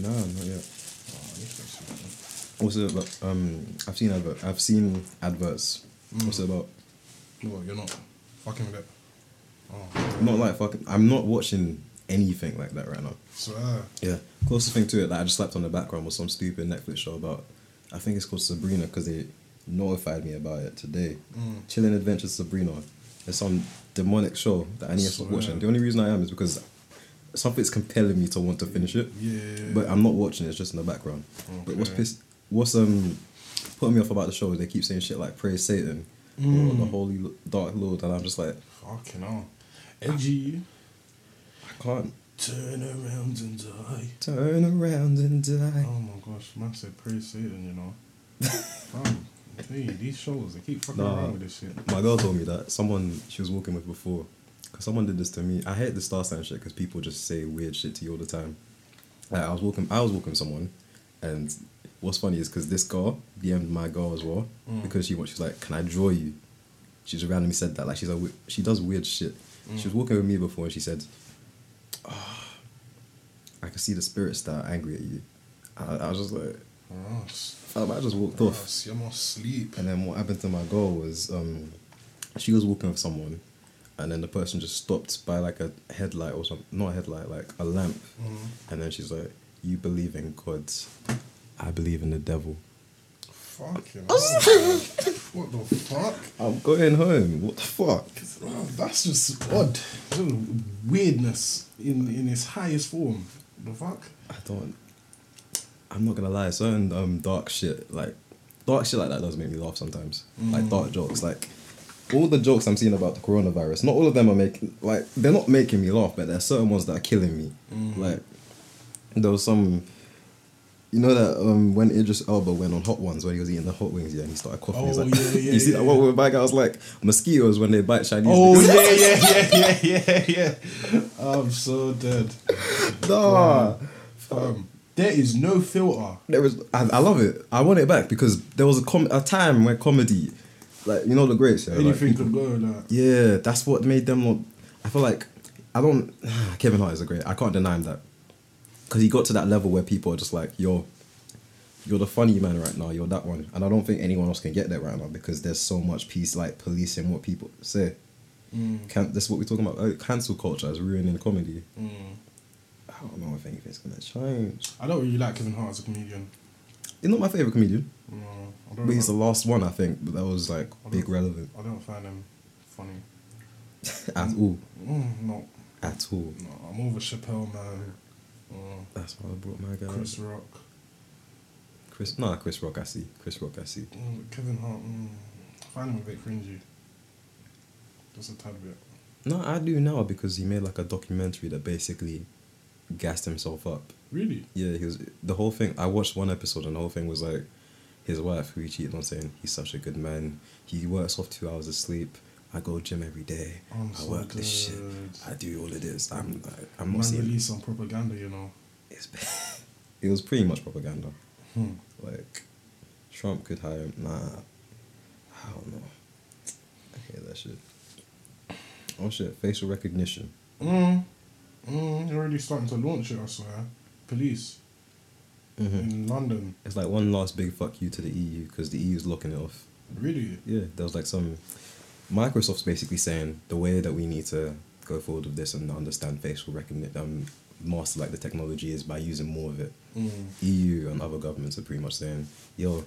[SPEAKER 2] Nah, not yet.
[SPEAKER 1] Oh, this is-
[SPEAKER 2] What's it about? Um, I've seen advert. I've seen adverts. What's it about?
[SPEAKER 1] No, you're not fucking with it. Oh,
[SPEAKER 2] I'm not like fucking. I'm not watching anything like that right now.
[SPEAKER 1] Swear.
[SPEAKER 2] Yeah. Closest thing to it that I just slapped on the background was some stupid Netflix show about. I think it's called Sabrina because they notified me about it today.
[SPEAKER 1] Mm.
[SPEAKER 2] Chilling Adventures Sabrina. It's some demonic show that I need to stop
[SPEAKER 1] Swear.
[SPEAKER 2] watching. The only reason I am is because something's compelling me to want to finish it.
[SPEAKER 1] Yeah.
[SPEAKER 2] But I'm not watching it. It's just in the background. But what's
[SPEAKER 1] Okay.
[SPEAKER 2] pissed? What's um putting me off about the show is they keep saying shit like praise Satan
[SPEAKER 1] Mm.
[SPEAKER 2] or the Holy Lo- Dark Lord, and I'm just like
[SPEAKER 1] Fucking hell. NG.
[SPEAKER 2] I can't.
[SPEAKER 1] Turn around and die.
[SPEAKER 2] Turn around and die.
[SPEAKER 1] Oh my gosh, man said praise Satan, you know. Fam, I'm telling you, these shows, they keep fucking
[SPEAKER 2] Nah.
[SPEAKER 1] around with this shit.
[SPEAKER 2] My girl told me that someone she was walking with before, because someone did this to me. I hate the star sign shit because people just say weird shit to you all the time. Like I was walking, I was walking with someone, and what's funny is because this girl DM'd my girl as well because she was she's like, "Can I draw you?" She just randomly said that. Like she's like, we- she does weird shit. She was walking with me before and she said, "Ah, "I can see the spirits that are angry at you." I, I was just like,
[SPEAKER 1] Ross,
[SPEAKER 2] "Fam, I just walked off.
[SPEAKER 1] Ross, you're more sleep.
[SPEAKER 2] And then what happened to my girl was um, she was walking with someone, and then the person just stopped by like a headlight or something, not a headlight, like a lamp. And then she's like, "You believe in God, I believe in the devil."
[SPEAKER 1] Fucking hell, What the fuck?
[SPEAKER 2] I'm going home. What the fuck?
[SPEAKER 1] Bro, that's just odd. Just weirdness in, in its highest form. The fuck?
[SPEAKER 2] I don't. I'm not gonna lie. Certain um dark shit like dark shit like that does make me laugh sometimes. Like dark
[SPEAKER 1] Mm.
[SPEAKER 2] jokes like. All the jokes I'm seeing about the coronavirus, not all of them are making like they're not making me laugh, but there are certain ones that are killing me.
[SPEAKER 1] Mm.
[SPEAKER 2] Like there was some, you know that um when Idris Elba went on Hot Ones when he was eating the hot wings, yeah, and he started coughing. He's
[SPEAKER 1] Oh,
[SPEAKER 2] like,
[SPEAKER 1] yeah, yeah,
[SPEAKER 2] you see
[SPEAKER 1] yeah,
[SPEAKER 2] that one
[SPEAKER 1] yeah.
[SPEAKER 2] with my guy was like mosquitoes when they bite Chinese.
[SPEAKER 1] Oh
[SPEAKER 2] niggas."
[SPEAKER 1] yeah, yeah, yeah, yeah, yeah, yeah. I'm so dead.
[SPEAKER 2] Nah.
[SPEAKER 1] Um, there is no filter.
[SPEAKER 2] There was, I, I love it. I want it back because there was a com- a time where comedy, like you know the greats, yeah, like,
[SPEAKER 1] Anything could go. Like,
[SPEAKER 2] yeah, that's what made them not. I feel like I don't. Kevin Hart is a great. I can't deny him that because he got to that level where people are just like, "You're, you're the funny man right now. You're that one," and I don't think anyone else can get that right now because there's so much peace, like policing what people say. Can, this is what we're talking about. Oh, cancel culture is ruining comedy. I don't know if anything's gonna change.
[SPEAKER 1] Mm. I don't really like Kevin Hart as a comedian.
[SPEAKER 2] He's not my favorite comedian.
[SPEAKER 1] No, I don't.
[SPEAKER 2] But he's the
[SPEAKER 1] know.
[SPEAKER 2] last one, I think, that was like big relevant
[SPEAKER 1] I don't find him funny.
[SPEAKER 2] at all.
[SPEAKER 1] Mm, no,
[SPEAKER 2] At all.
[SPEAKER 1] no, I'm over Chappelle man. Mm,
[SPEAKER 2] That's why I brought my guy.
[SPEAKER 1] Chris
[SPEAKER 2] Chris,
[SPEAKER 1] Rock.
[SPEAKER 2] Chris nah, Chris Rock, I see. Chris Rock, I see.
[SPEAKER 1] Mm, Kevin Hart. Mm, I find him a bit cringy. Just a tad bit.
[SPEAKER 2] No, I do now because he made like a documentary that basically gassed himself up.
[SPEAKER 1] Really?
[SPEAKER 2] Yeah, he was the whole thing. I watched one episode and the whole thing was like his wife who he cheated on saying he's such a good man. He works off two hours of sleep. I go gym every day.
[SPEAKER 1] I'm
[SPEAKER 2] I
[SPEAKER 1] so
[SPEAKER 2] work this shit.
[SPEAKER 1] good.
[SPEAKER 2] I do all of this. I'm like, I'm
[SPEAKER 1] Man
[SPEAKER 2] not seeing
[SPEAKER 1] release on propaganda, you know.
[SPEAKER 2] it's, it was pretty much propaganda.
[SPEAKER 1] Hmm.
[SPEAKER 2] Like, Trump could hire Nah, I don't know. I hate that shit. Oh shit, facial recognition.
[SPEAKER 1] Mm. Mm, they're already starting to launch it, I swear. Police in London.
[SPEAKER 2] It's like one last big fuck you to the EU because the E EU's locking it off.
[SPEAKER 1] Really?
[SPEAKER 2] Yeah, there was like some. Microsoft's basically saying the way that we need to go forward with this and understand facial recognition, um, master like the technology is by using more of it.
[SPEAKER 1] Mm.
[SPEAKER 2] EU E and other governments are pretty much saying, yo,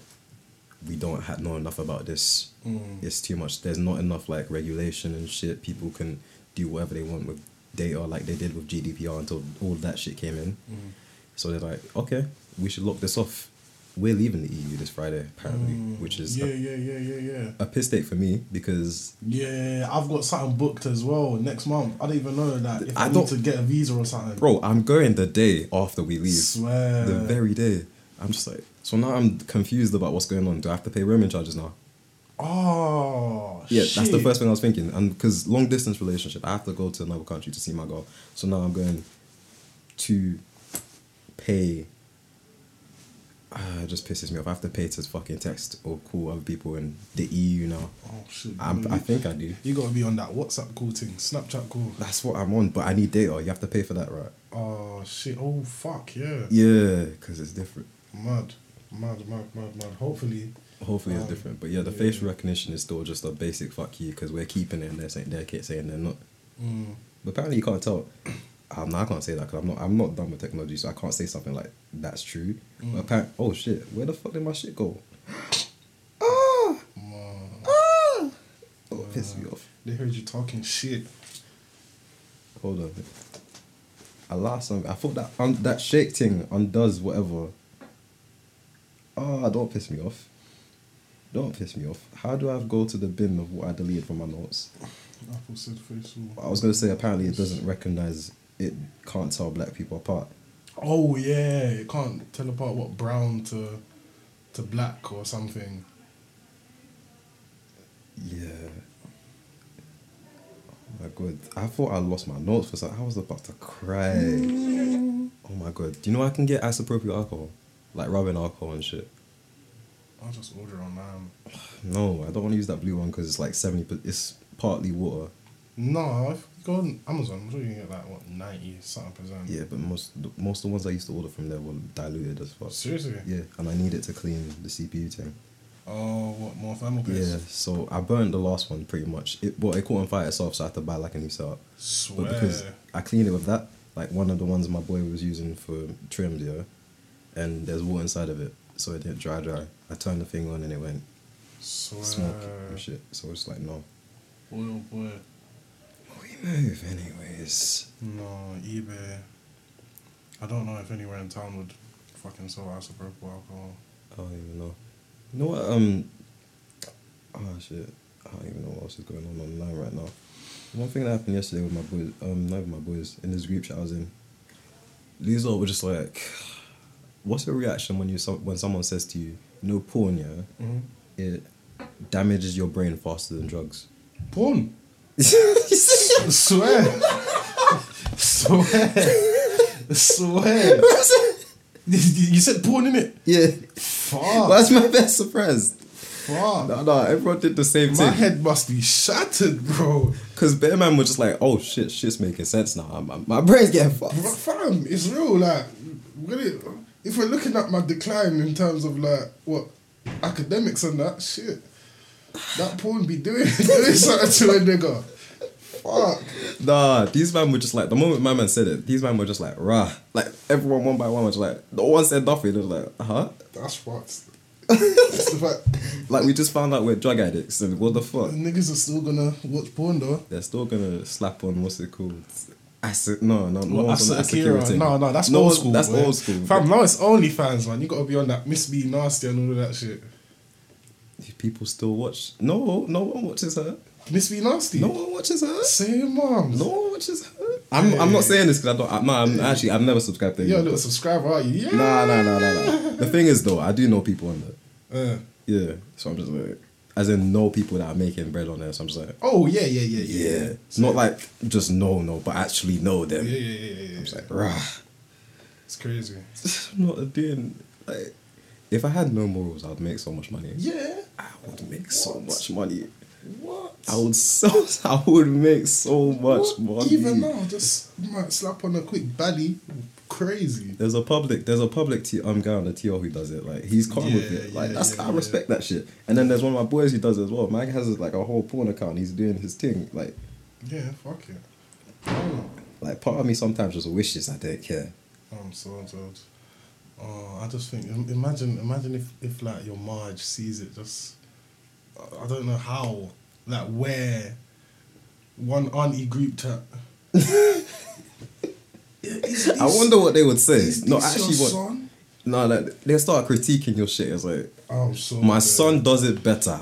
[SPEAKER 2] we don't ha- know enough about this.
[SPEAKER 1] Mm.
[SPEAKER 2] It's too much. There's not enough like regulation and shit. People can do whatever they want with data like they did with GDPR until all that shit came in.
[SPEAKER 1] Mm.
[SPEAKER 2] So they're like, okay, we should lock this off. We're leaving the EU this Friday, apparently,
[SPEAKER 1] Mm.
[SPEAKER 2] which is
[SPEAKER 1] yeah,
[SPEAKER 2] a,
[SPEAKER 1] yeah, yeah, yeah, yeah.
[SPEAKER 2] a piss take for me because
[SPEAKER 1] Yeah, I've got something booked as well next month. I don't even know that if
[SPEAKER 2] I
[SPEAKER 1] I,
[SPEAKER 2] don't-
[SPEAKER 1] need to get a visa or something.
[SPEAKER 2] bro, I'm going the day after we leave.
[SPEAKER 1] Swear.
[SPEAKER 2] The very day. I'm just like, so now I'm confused about what's going on. Do I have to pay roaming charges now?
[SPEAKER 1] Oh.
[SPEAKER 2] Yeah,
[SPEAKER 1] shit.
[SPEAKER 2] that's the first thing I was thinking. And because long distance relationship, I have to go to another country to see my girl. So now I'm going to pay. Uh, it just pisses me off. I have to pay to fucking text or call other people in the EU now.
[SPEAKER 1] Oh shit.
[SPEAKER 2] I'm,
[SPEAKER 1] bro,
[SPEAKER 2] I
[SPEAKER 1] you-
[SPEAKER 2] think I do.
[SPEAKER 1] you gotta be on that WhatsApp call thing, Snapchat call.
[SPEAKER 2] That's what I'm on, but I need data. You have to pay for that, right?
[SPEAKER 1] Oh shit. Oh fuck, yeah.
[SPEAKER 2] Yeah, because it's different.
[SPEAKER 1] Mad. Mad, mad, mad, mad. Hopefully.
[SPEAKER 2] Hopefully it's
[SPEAKER 1] Um,
[SPEAKER 2] different. But yeah, the
[SPEAKER 1] yeah.
[SPEAKER 2] facial recognition is still just a basic fuck you because we're keeping it and they're saying, they're saying they're not.
[SPEAKER 1] Mm.
[SPEAKER 2] But apparently you can't tell. Um, no, I can't say that because I'm not. I'm not done with technology, so I can't say something like that's true. But apparently, oh shit, where the fuck did my shit go?
[SPEAKER 1] Mad.
[SPEAKER 2] Oh, it pissed me off.
[SPEAKER 1] They heard you talking shit.
[SPEAKER 2] Hold on. I lost something. I thought that un- that shake thing undoes whatever. Ah, don't piss me off. Don't piss me off. How do I go to the bin of what I deleted from my notes?
[SPEAKER 1] Apple said facial.
[SPEAKER 2] I was gonna say apparently it doesn't recognize. It can't tell black people apart.
[SPEAKER 1] Oh yeah, it can't tell apart what brown to to black or something.
[SPEAKER 2] Yeah. Oh my god. I thought I lost my notes for something. I was about to cry. oh my god. Do you know I can get isopropyl alcohol? Like rubbing alcohol and shit.
[SPEAKER 1] I'll just order um, online.
[SPEAKER 2] No, I don't want to use that blue one because it's like 70, but it's partly water.
[SPEAKER 1] No, if you go on Amazon, I'm sure you can get like what ninety something percent.
[SPEAKER 2] Yeah, but most most of the ones I used to order from there were diluted as fuck.
[SPEAKER 1] Seriously.
[SPEAKER 2] Yeah, and I need it to clean the CPU thing.
[SPEAKER 1] Oh, what more thermal paste?
[SPEAKER 2] Yeah, so I burned the last one pretty much. It well, it caught on fire itself, so I had to buy like a new setup.
[SPEAKER 1] Swear.
[SPEAKER 2] But because I cleaned it with that, like one of the ones my boy was using for trims, yeah, and there's water inside of it, so it didn't dry dry. I turned the thing on and it went
[SPEAKER 1] Swear.
[SPEAKER 2] smoke and shit. So it's like no.
[SPEAKER 1] Boy, oh boy.
[SPEAKER 2] We move anyways.
[SPEAKER 1] No, eBay. I don't know if anywhere in town would fucking sell isopropyl alcohol.
[SPEAKER 2] I don't even know. You know what? Um. Oh shit! I don't even know what else is going on online right now. One thing that happened yesterday with my boys, um, not with my boys, in this group chat I was in. These lot were just like, "What's your reaction when you so- when someone says to you, no porn, yeah?
[SPEAKER 1] Mm-hmm.
[SPEAKER 2] It damages your brain faster than drugs."
[SPEAKER 1] Porn. Swear. Swear. Swear. you you said porn in it.
[SPEAKER 2] yeah,
[SPEAKER 1] Fuck.
[SPEAKER 2] that's my best surprise.
[SPEAKER 1] fuck.
[SPEAKER 2] No, no, everyone did the same
[SPEAKER 1] My
[SPEAKER 2] thing.
[SPEAKER 1] head must be shattered, bro.
[SPEAKER 2] Cause Bearman was just like, "Oh shit, shit's making sense now. I'm, I'm- my brain's getting fucked."
[SPEAKER 1] Bro, fam, it's real. Like, really, if we're looking at my decline in terms of like what academics and that shit, that porn be doing doing something to a nigga. Fuck.
[SPEAKER 2] Nah, these man were just like the moment my man said it, these man were just like rah. Like everyone one by one was like no one said nothing. They was like, huh?
[SPEAKER 1] That's fucked. it's the fact
[SPEAKER 2] Like we just found out we're drug addicts and what the fuck?
[SPEAKER 1] niggas are still gonna watch porn though.
[SPEAKER 2] They're still gonna slap on what's it called? Acid no no no
[SPEAKER 1] Well,
[SPEAKER 2] one's on the
[SPEAKER 1] Asa
[SPEAKER 2] Akira
[SPEAKER 1] Akira.
[SPEAKER 2] thing.
[SPEAKER 1] No, no, that's
[SPEAKER 2] No
[SPEAKER 1] old
[SPEAKER 2] one's-
[SPEAKER 1] school.
[SPEAKER 2] That's
[SPEAKER 1] boy.
[SPEAKER 2] old school.
[SPEAKER 1] Fam, now it's OnlyFans, man. You gotta be on that Miss B Nasty and all of that shit.
[SPEAKER 2] People still watch No, no one watches her.
[SPEAKER 1] Miss B Nasty.
[SPEAKER 2] No one watches her.
[SPEAKER 1] Same moms.
[SPEAKER 2] No one watches her. I'm I'm not saying this because I don't I, no, I'm actually I've never subscribed to
[SPEAKER 1] You're a
[SPEAKER 2] her.
[SPEAKER 1] little subscriber, are you? Yeah.
[SPEAKER 2] Nah nah nah nah nah. The thing is though, I do know people on there.
[SPEAKER 1] Uh,
[SPEAKER 2] Yeah. So I'm just like as in know people that are making bread on there, so I'm just like
[SPEAKER 1] oh yeah, yeah, yeah, yeah.
[SPEAKER 2] Yeah. Not like just know, no, but actually know them.
[SPEAKER 1] Yeah, yeah, yeah, yeah, yeah.
[SPEAKER 2] It's like, rah.
[SPEAKER 1] It's crazy.
[SPEAKER 2] I'm not doing, like, if I had no morals, I'd make so much money.
[SPEAKER 1] Yeah.
[SPEAKER 2] I would make so much money.
[SPEAKER 1] What?
[SPEAKER 2] I would so, I would make so much
[SPEAKER 1] What?
[SPEAKER 2] money.
[SPEAKER 1] Even now, just might slap on a quick belly. Crazy.
[SPEAKER 2] There's a public, there's a public t- um guy on the TL who does it. Like he's calm with
[SPEAKER 1] Yeah,
[SPEAKER 2] it. Like
[SPEAKER 1] yeah,
[SPEAKER 2] that's
[SPEAKER 1] yeah,
[SPEAKER 2] I
[SPEAKER 1] yeah.
[SPEAKER 2] respect that shit. And then there's one of my boys who does it as well. Mike has like a whole porn account. He's doing his thing. Like,
[SPEAKER 1] Yeah, fuck it. Oh,
[SPEAKER 2] like part of me sometimes just wishes I didn't care.
[SPEAKER 1] I'm so told. Oh, I just think im- imagine imagine if, if like your Marge sees it just I- I don't know how like where one auntie group chat. Is
[SPEAKER 2] I
[SPEAKER 1] this-
[SPEAKER 2] wonder what they would say.
[SPEAKER 1] is
[SPEAKER 2] no,
[SPEAKER 1] this
[SPEAKER 2] actually,
[SPEAKER 1] your
[SPEAKER 2] what?
[SPEAKER 1] son?
[SPEAKER 2] No, like they start critiquing your shit. It's like
[SPEAKER 1] I'm Oh, so
[SPEAKER 2] my
[SPEAKER 1] dead.
[SPEAKER 2] son does it better.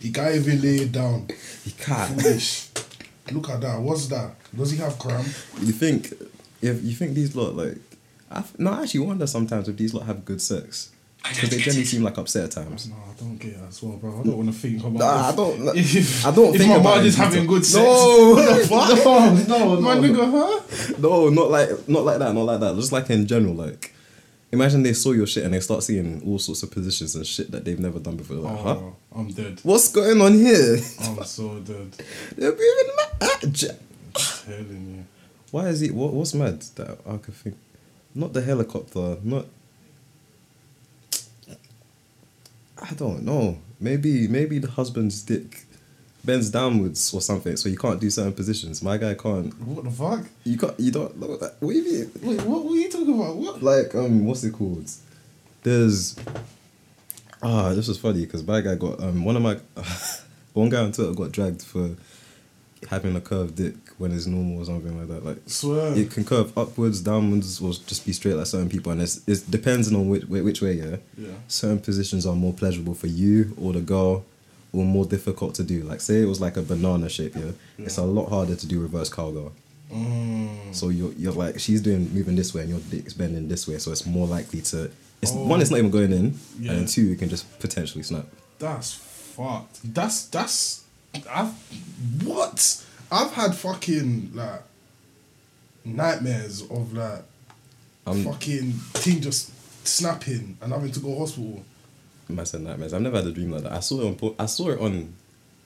[SPEAKER 1] he can't even lay it down.
[SPEAKER 2] he can't.
[SPEAKER 1] Foolish. Look at that. What's that? Does he have cramp?
[SPEAKER 2] you think if you think these lot like, I f- no, I actually wonder sometimes if these lot have good sex because they generally seem like upset at times.
[SPEAKER 1] No, I don't get it as well, bro. I don't want to think about.
[SPEAKER 2] Nah, I
[SPEAKER 1] if-
[SPEAKER 2] don't.
[SPEAKER 1] If,
[SPEAKER 2] I don't
[SPEAKER 1] If
[SPEAKER 2] think
[SPEAKER 1] my
[SPEAKER 2] about
[SPEAKER 1] mind
[SPEAKER 2] it
[SPEAKER 1] is
[SPEAKER 2] in
[SPEAKER 1] having
[SPEAKER 2] detail.
[SPEAKER 1] good sex.
[SPEAKER 2] No,
[SPEAKER 1] No, no,
[SPEAKER 2] no,
[SPEAKER 1] My
[SPEAKER 2] no.
[SPEAKER 1] nigga, huh?
[SPEAKER 2] no, not like not like that, not like that. Just like in general, like. Imagine they saw your shit and they start seeing all sorts of positions and shit that they've never done before. Like, huh?
[SPEAKER 1] Oh, I'm dead.
[SPEAKER 2] What's going on here?
[SPEAKER 1] I'm so dead.
[SPEAKER 2] They're breathing mad. Ah,
[SPEAKER 1] telling you.
[SPEAKER 2] Why is it? What, what's mad that I could think? Not the helicopter. Not. I don't know. Maybe maybe the husband's dick bends downwards or something, so you can't do certain positions. My guy can't.
[SPEAKER 1] What the fuck?
[SPEAKER 2] You can't. You don't. Look at that. What do you mean?
[SPEAKER 1] Wait, what were you talking about? What?
[SPEAKER 2] Like um, what's it called? There's. Ah, this was funny because my guy got um one of my one guy on Twitter got dragged for having a curved dick when it's normal or something like that. Like
[SPEAKER 1] Swear.
[SPEAKER 2] it can curve upwards, downwards, or just be straight like certain people, and it's it's depending on which way, which way. Yeah.
[SPEAKER 1] Yeah.
[SPEAKER 2] Certain positions are more pleasurable for you or the girl, or more difficult to do. Like say it was like a banana shape. Yeah. It's a lot harder to do reverse cowgirl.
[SPEAKER 1] Mm.
[SPEAKER 2] So you're you're like she's doing moving this way and your dick's bending this way, so it's more likely to It's
[SPEAKER 1] Oh.
[SPEAKER 2] one, it's not even going in,
[SPEAKER 1] Yeah.
[SPEAKER 2] and two, it can just potentially snap.
[SPEAKER 1] That's fucked. That's that's I've what? I've had fucking like nightmares of like
[SPEAKER 2] I'm
[SPEAKER 1] fucking thing just snapping and having to go hospital.
[SPEAKER 2] massive nightmares. I've never had a dream like that. I saw it on po- I saw it on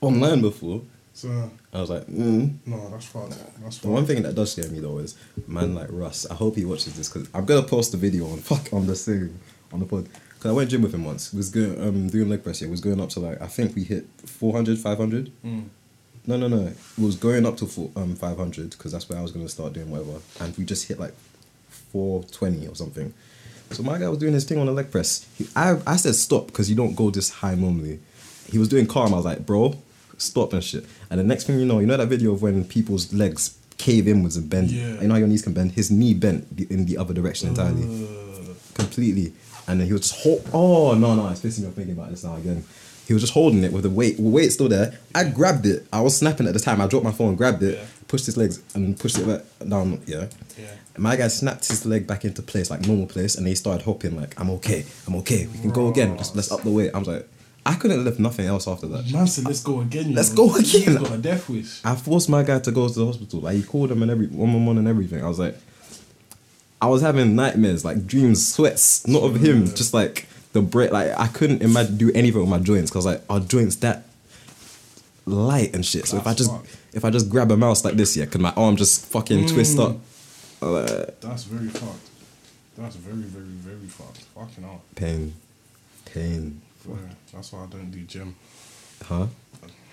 [SPEAKER 2] online before.
[SPEAKER 1] So
[SPEAKER 2] I was like, mm.
[SPEAKER 1] no, that's fucked. That's
[SPEAKER 2] The one
[SPEAKER 1] fucked.
[SPEAKER 2] thing that does scare me though is man like Russ. I hope he watches this because I'm gonna post the video on fuck on the thing on the pod. Cause I went gym with him once. Was going um doing leg press. Yeah, was going up to like I think we hit 400, 500.
[SPEAKER 1] Mm.
[SPEAKER 2] No, no, no. It was going up to four, um 500 because that's where I was gonna start doing whatever. And we just hit like 420 or something. So my guy was doing his thing on the leg press. He, I I said stop because you don't go this high normally. He was doing calm. I was like, bro, stop and shit. And the next thing you know, you know that video of when people's legs cave inwards and bend.
[SPEAKER 1] Yeah.
[SPEAKER 2] You know how your knees can bend. His knee bent the, in the other direction entirely
[SPEAKER 1] Uh,
[SPEAKER 2] completely. And then he was just hold. Oh no, no, it's pissing me off thinking about this now again. He was just holding it with the weight. Weight's still there. I grabbed it. I was snapping at the time. I dropped my phone, grabbed it,
[SPEAKER 1] Yeah.
[SPEAKER 2] pushed his legs, and pushed it back down. Yeah.
[SPEAKER 1] Yeah.
[SPEAKER 2] And My guy snapped his leg back into place, like normal place, and he started hopping. Like I'm okay. I'm okay. We can go again. Just let's up the weight. I was like, I couldn't lift nothing else after that.
[SPEAKER 1] man said, let's go again. you
[SPEAKER 2] Let's
[SPEAKER 1] know.
[SPEAKER 2] go again.
[SPEAKER 1] He's got a death wish.
[SPEAKER 2] I forced my guy to go to the hospital. Like he called him and every one one one and everything. I was like, I was having nightmares, like dreams, sweats, not of him, just like the bread. Like I couldn't imagine do anything with my joints because like our joints that light and shit. So if I
[SPEAKER 1] That's
[SPEAKER 2] just
[SPEAKER 1] fucked.
[SPEAKER 2] if I just grab a mouse like this, yeah, could my arm just fucking twist up?
[SPEAKER 1] Mm.
[SPEAKER 2] Uh,
[SPEAKER 1] That's very fucked. That's very very very fucked. Fucking hell.
[SPEAKER 2] pain, pain,
[SPEAKER 1] Yeah, that's why I don't do gym.
[SPEAKER 2] huh?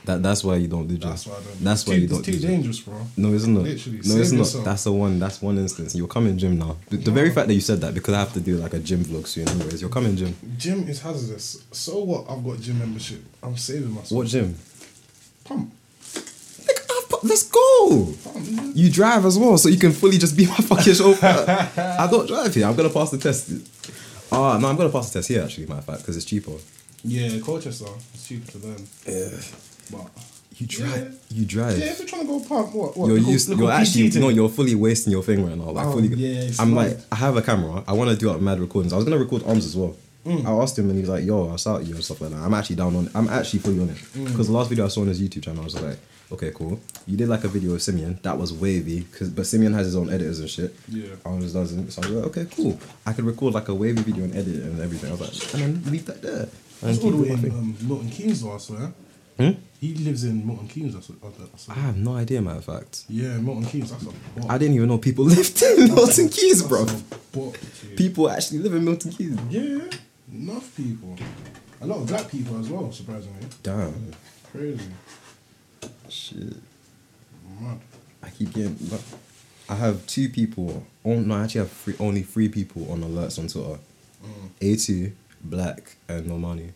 [SPEAKER 2] That that's why you don't do gym.
[SPEAKER 1] That's why I don't.
[SPEAKER 2] That's
[SPEAKER 1] it's
[SPEAKER 2] why
[SPEAKER 1] too,
[SPEAKER 2] you don't
[SPEAKER 1] It's
[SPEAKER 2] do
[SPEAKER 1] too
[SPEAKER 2] gym.
[SPEAKER 1] dangerous, bro.
[SPEAKER 2] No, it's not.
[SPEAKER 1] Literally,
[SPEAKER 2] no, it's
[SPEAKER 1] save
[SPEAKER 2] not.
[SPEAKER 1] yourself.
[SPEAKER 2] That's the one. That's one instance. You're coming gym now. The, the very
[SPEAKER 1] No.
[SPEAKER 2] fact that you said that because I have to do like a gym vlog soon. Anyways, you're coming gym.
[SPEAKER 1] Gym is hazardous. So what? I've got gym membership. I'm saving myself.
[SPEAKER 2] What gym?
[SPEAKER 1] Pump.
[SPEAKER 2] Like, I've got- Let's go.
[SPEAKER 1] Pump.
[SPEAKER 2] You drive as well, so you can fully just be my fucking chauffeur. I don't drive here. I'm gonna pass the test. Ah, no, I'm gonna pass the test here actually, matter of fact, because it's cheaper.
[SPEAKER 1] Yeah, Colchester. It's cheaper to them.
[SPEAKER 2] Yeah.
[SPEAKER 1] But
[SPEAKER 2] You drive.
[SPEAKER 1] Yeah.
[SPEAKER 2] You drive.
[SPEAKER 1] yeah, if you're trying to go pump, what? what
[SPEAKER 2] You're
[SPEAKER 1] look at-
[SPEAKER 2] used.
[SPEAKER 1] look
[SPEAKER 2] You're
[SPEAKER 1] at
[SPEAKER 2] actually
[SPEAKER 1] PT to-
[SPEAKER 2] no. You're fully wasting your thing right now. Like
[SPEAKER 1] Oh,
[SPEAKER 2] fully.
[SPEAKER 1] yeah, it's
[SPEAKER 2] I'm
[SPEAKER 1] mad.
[SPEAKER 2] like. I have a camera. I want to do up mad recordings. I was gonna record arms as well.
[SPEAKER 1] Mm.
[SPEAKER 2] I asked him and he was like, "Yo, I'll shout you and stuff like that." I'm actually down on. I'm actually fully on it
[SPEAKER 1] Mm.
[SPEAKER 2] because the last video I saw on his YouTube channel, I was like, "Okay, cool. You did like a video of Simeon. That was wavy. Cause but Simeon has his own editors and shit.
[SPEAKER 1] Yeah.
[SPEAKER 2] Arms doesn't. So I was like, "Okay, cool. I could record like a wavy video and edit it and everything." I was like, "And then leave that there." And
[SPEAKER 1] It's all the
[SPEAKER 2] keep
[SPEAKER 1] way
[SPEAKER 2] it
[SPEAKER 1] in
[SPEAKER 2] laughing.
[SPEAKER 1] um, Milton Keynes, though, I swear.
[SPEAKER 2] Hmm?
[SPEAKER 1] He lives in Milton Keynes. That's what, that's
[SPEAKER 2] I
[SPEAKER 1] what,
[SPEAKER 2] have no idea, matter of fact.
[SPEAKER 1] yeah, Milton Keynes. That's a bot.
[SPEAKER 2] I didn't even know people lived in Milton Keys,
[SPEAKER 1] That's
[SPEAKER 2] bro.
[SPEAKER 1] a bot, dude.
[SPEAKER 2] people actually live in Milton Keynes.
[SPEAKER 1] Yeah, enough people. A lot of black people as well, surprisingly.
[SPEAKER 2] Damn.
[SPEAKER 1] Crazy.
[SPEAKER 2] Shit.
[SPEAKER 1] Mad.
[SPEAKER 2] I keep getting. Look, I have two people. Oh no, I actually have three, only three people on alerts on Twitter.
[SPEAKER 1] Mm.
[SPEAKER 2] A two, Black, and Normani.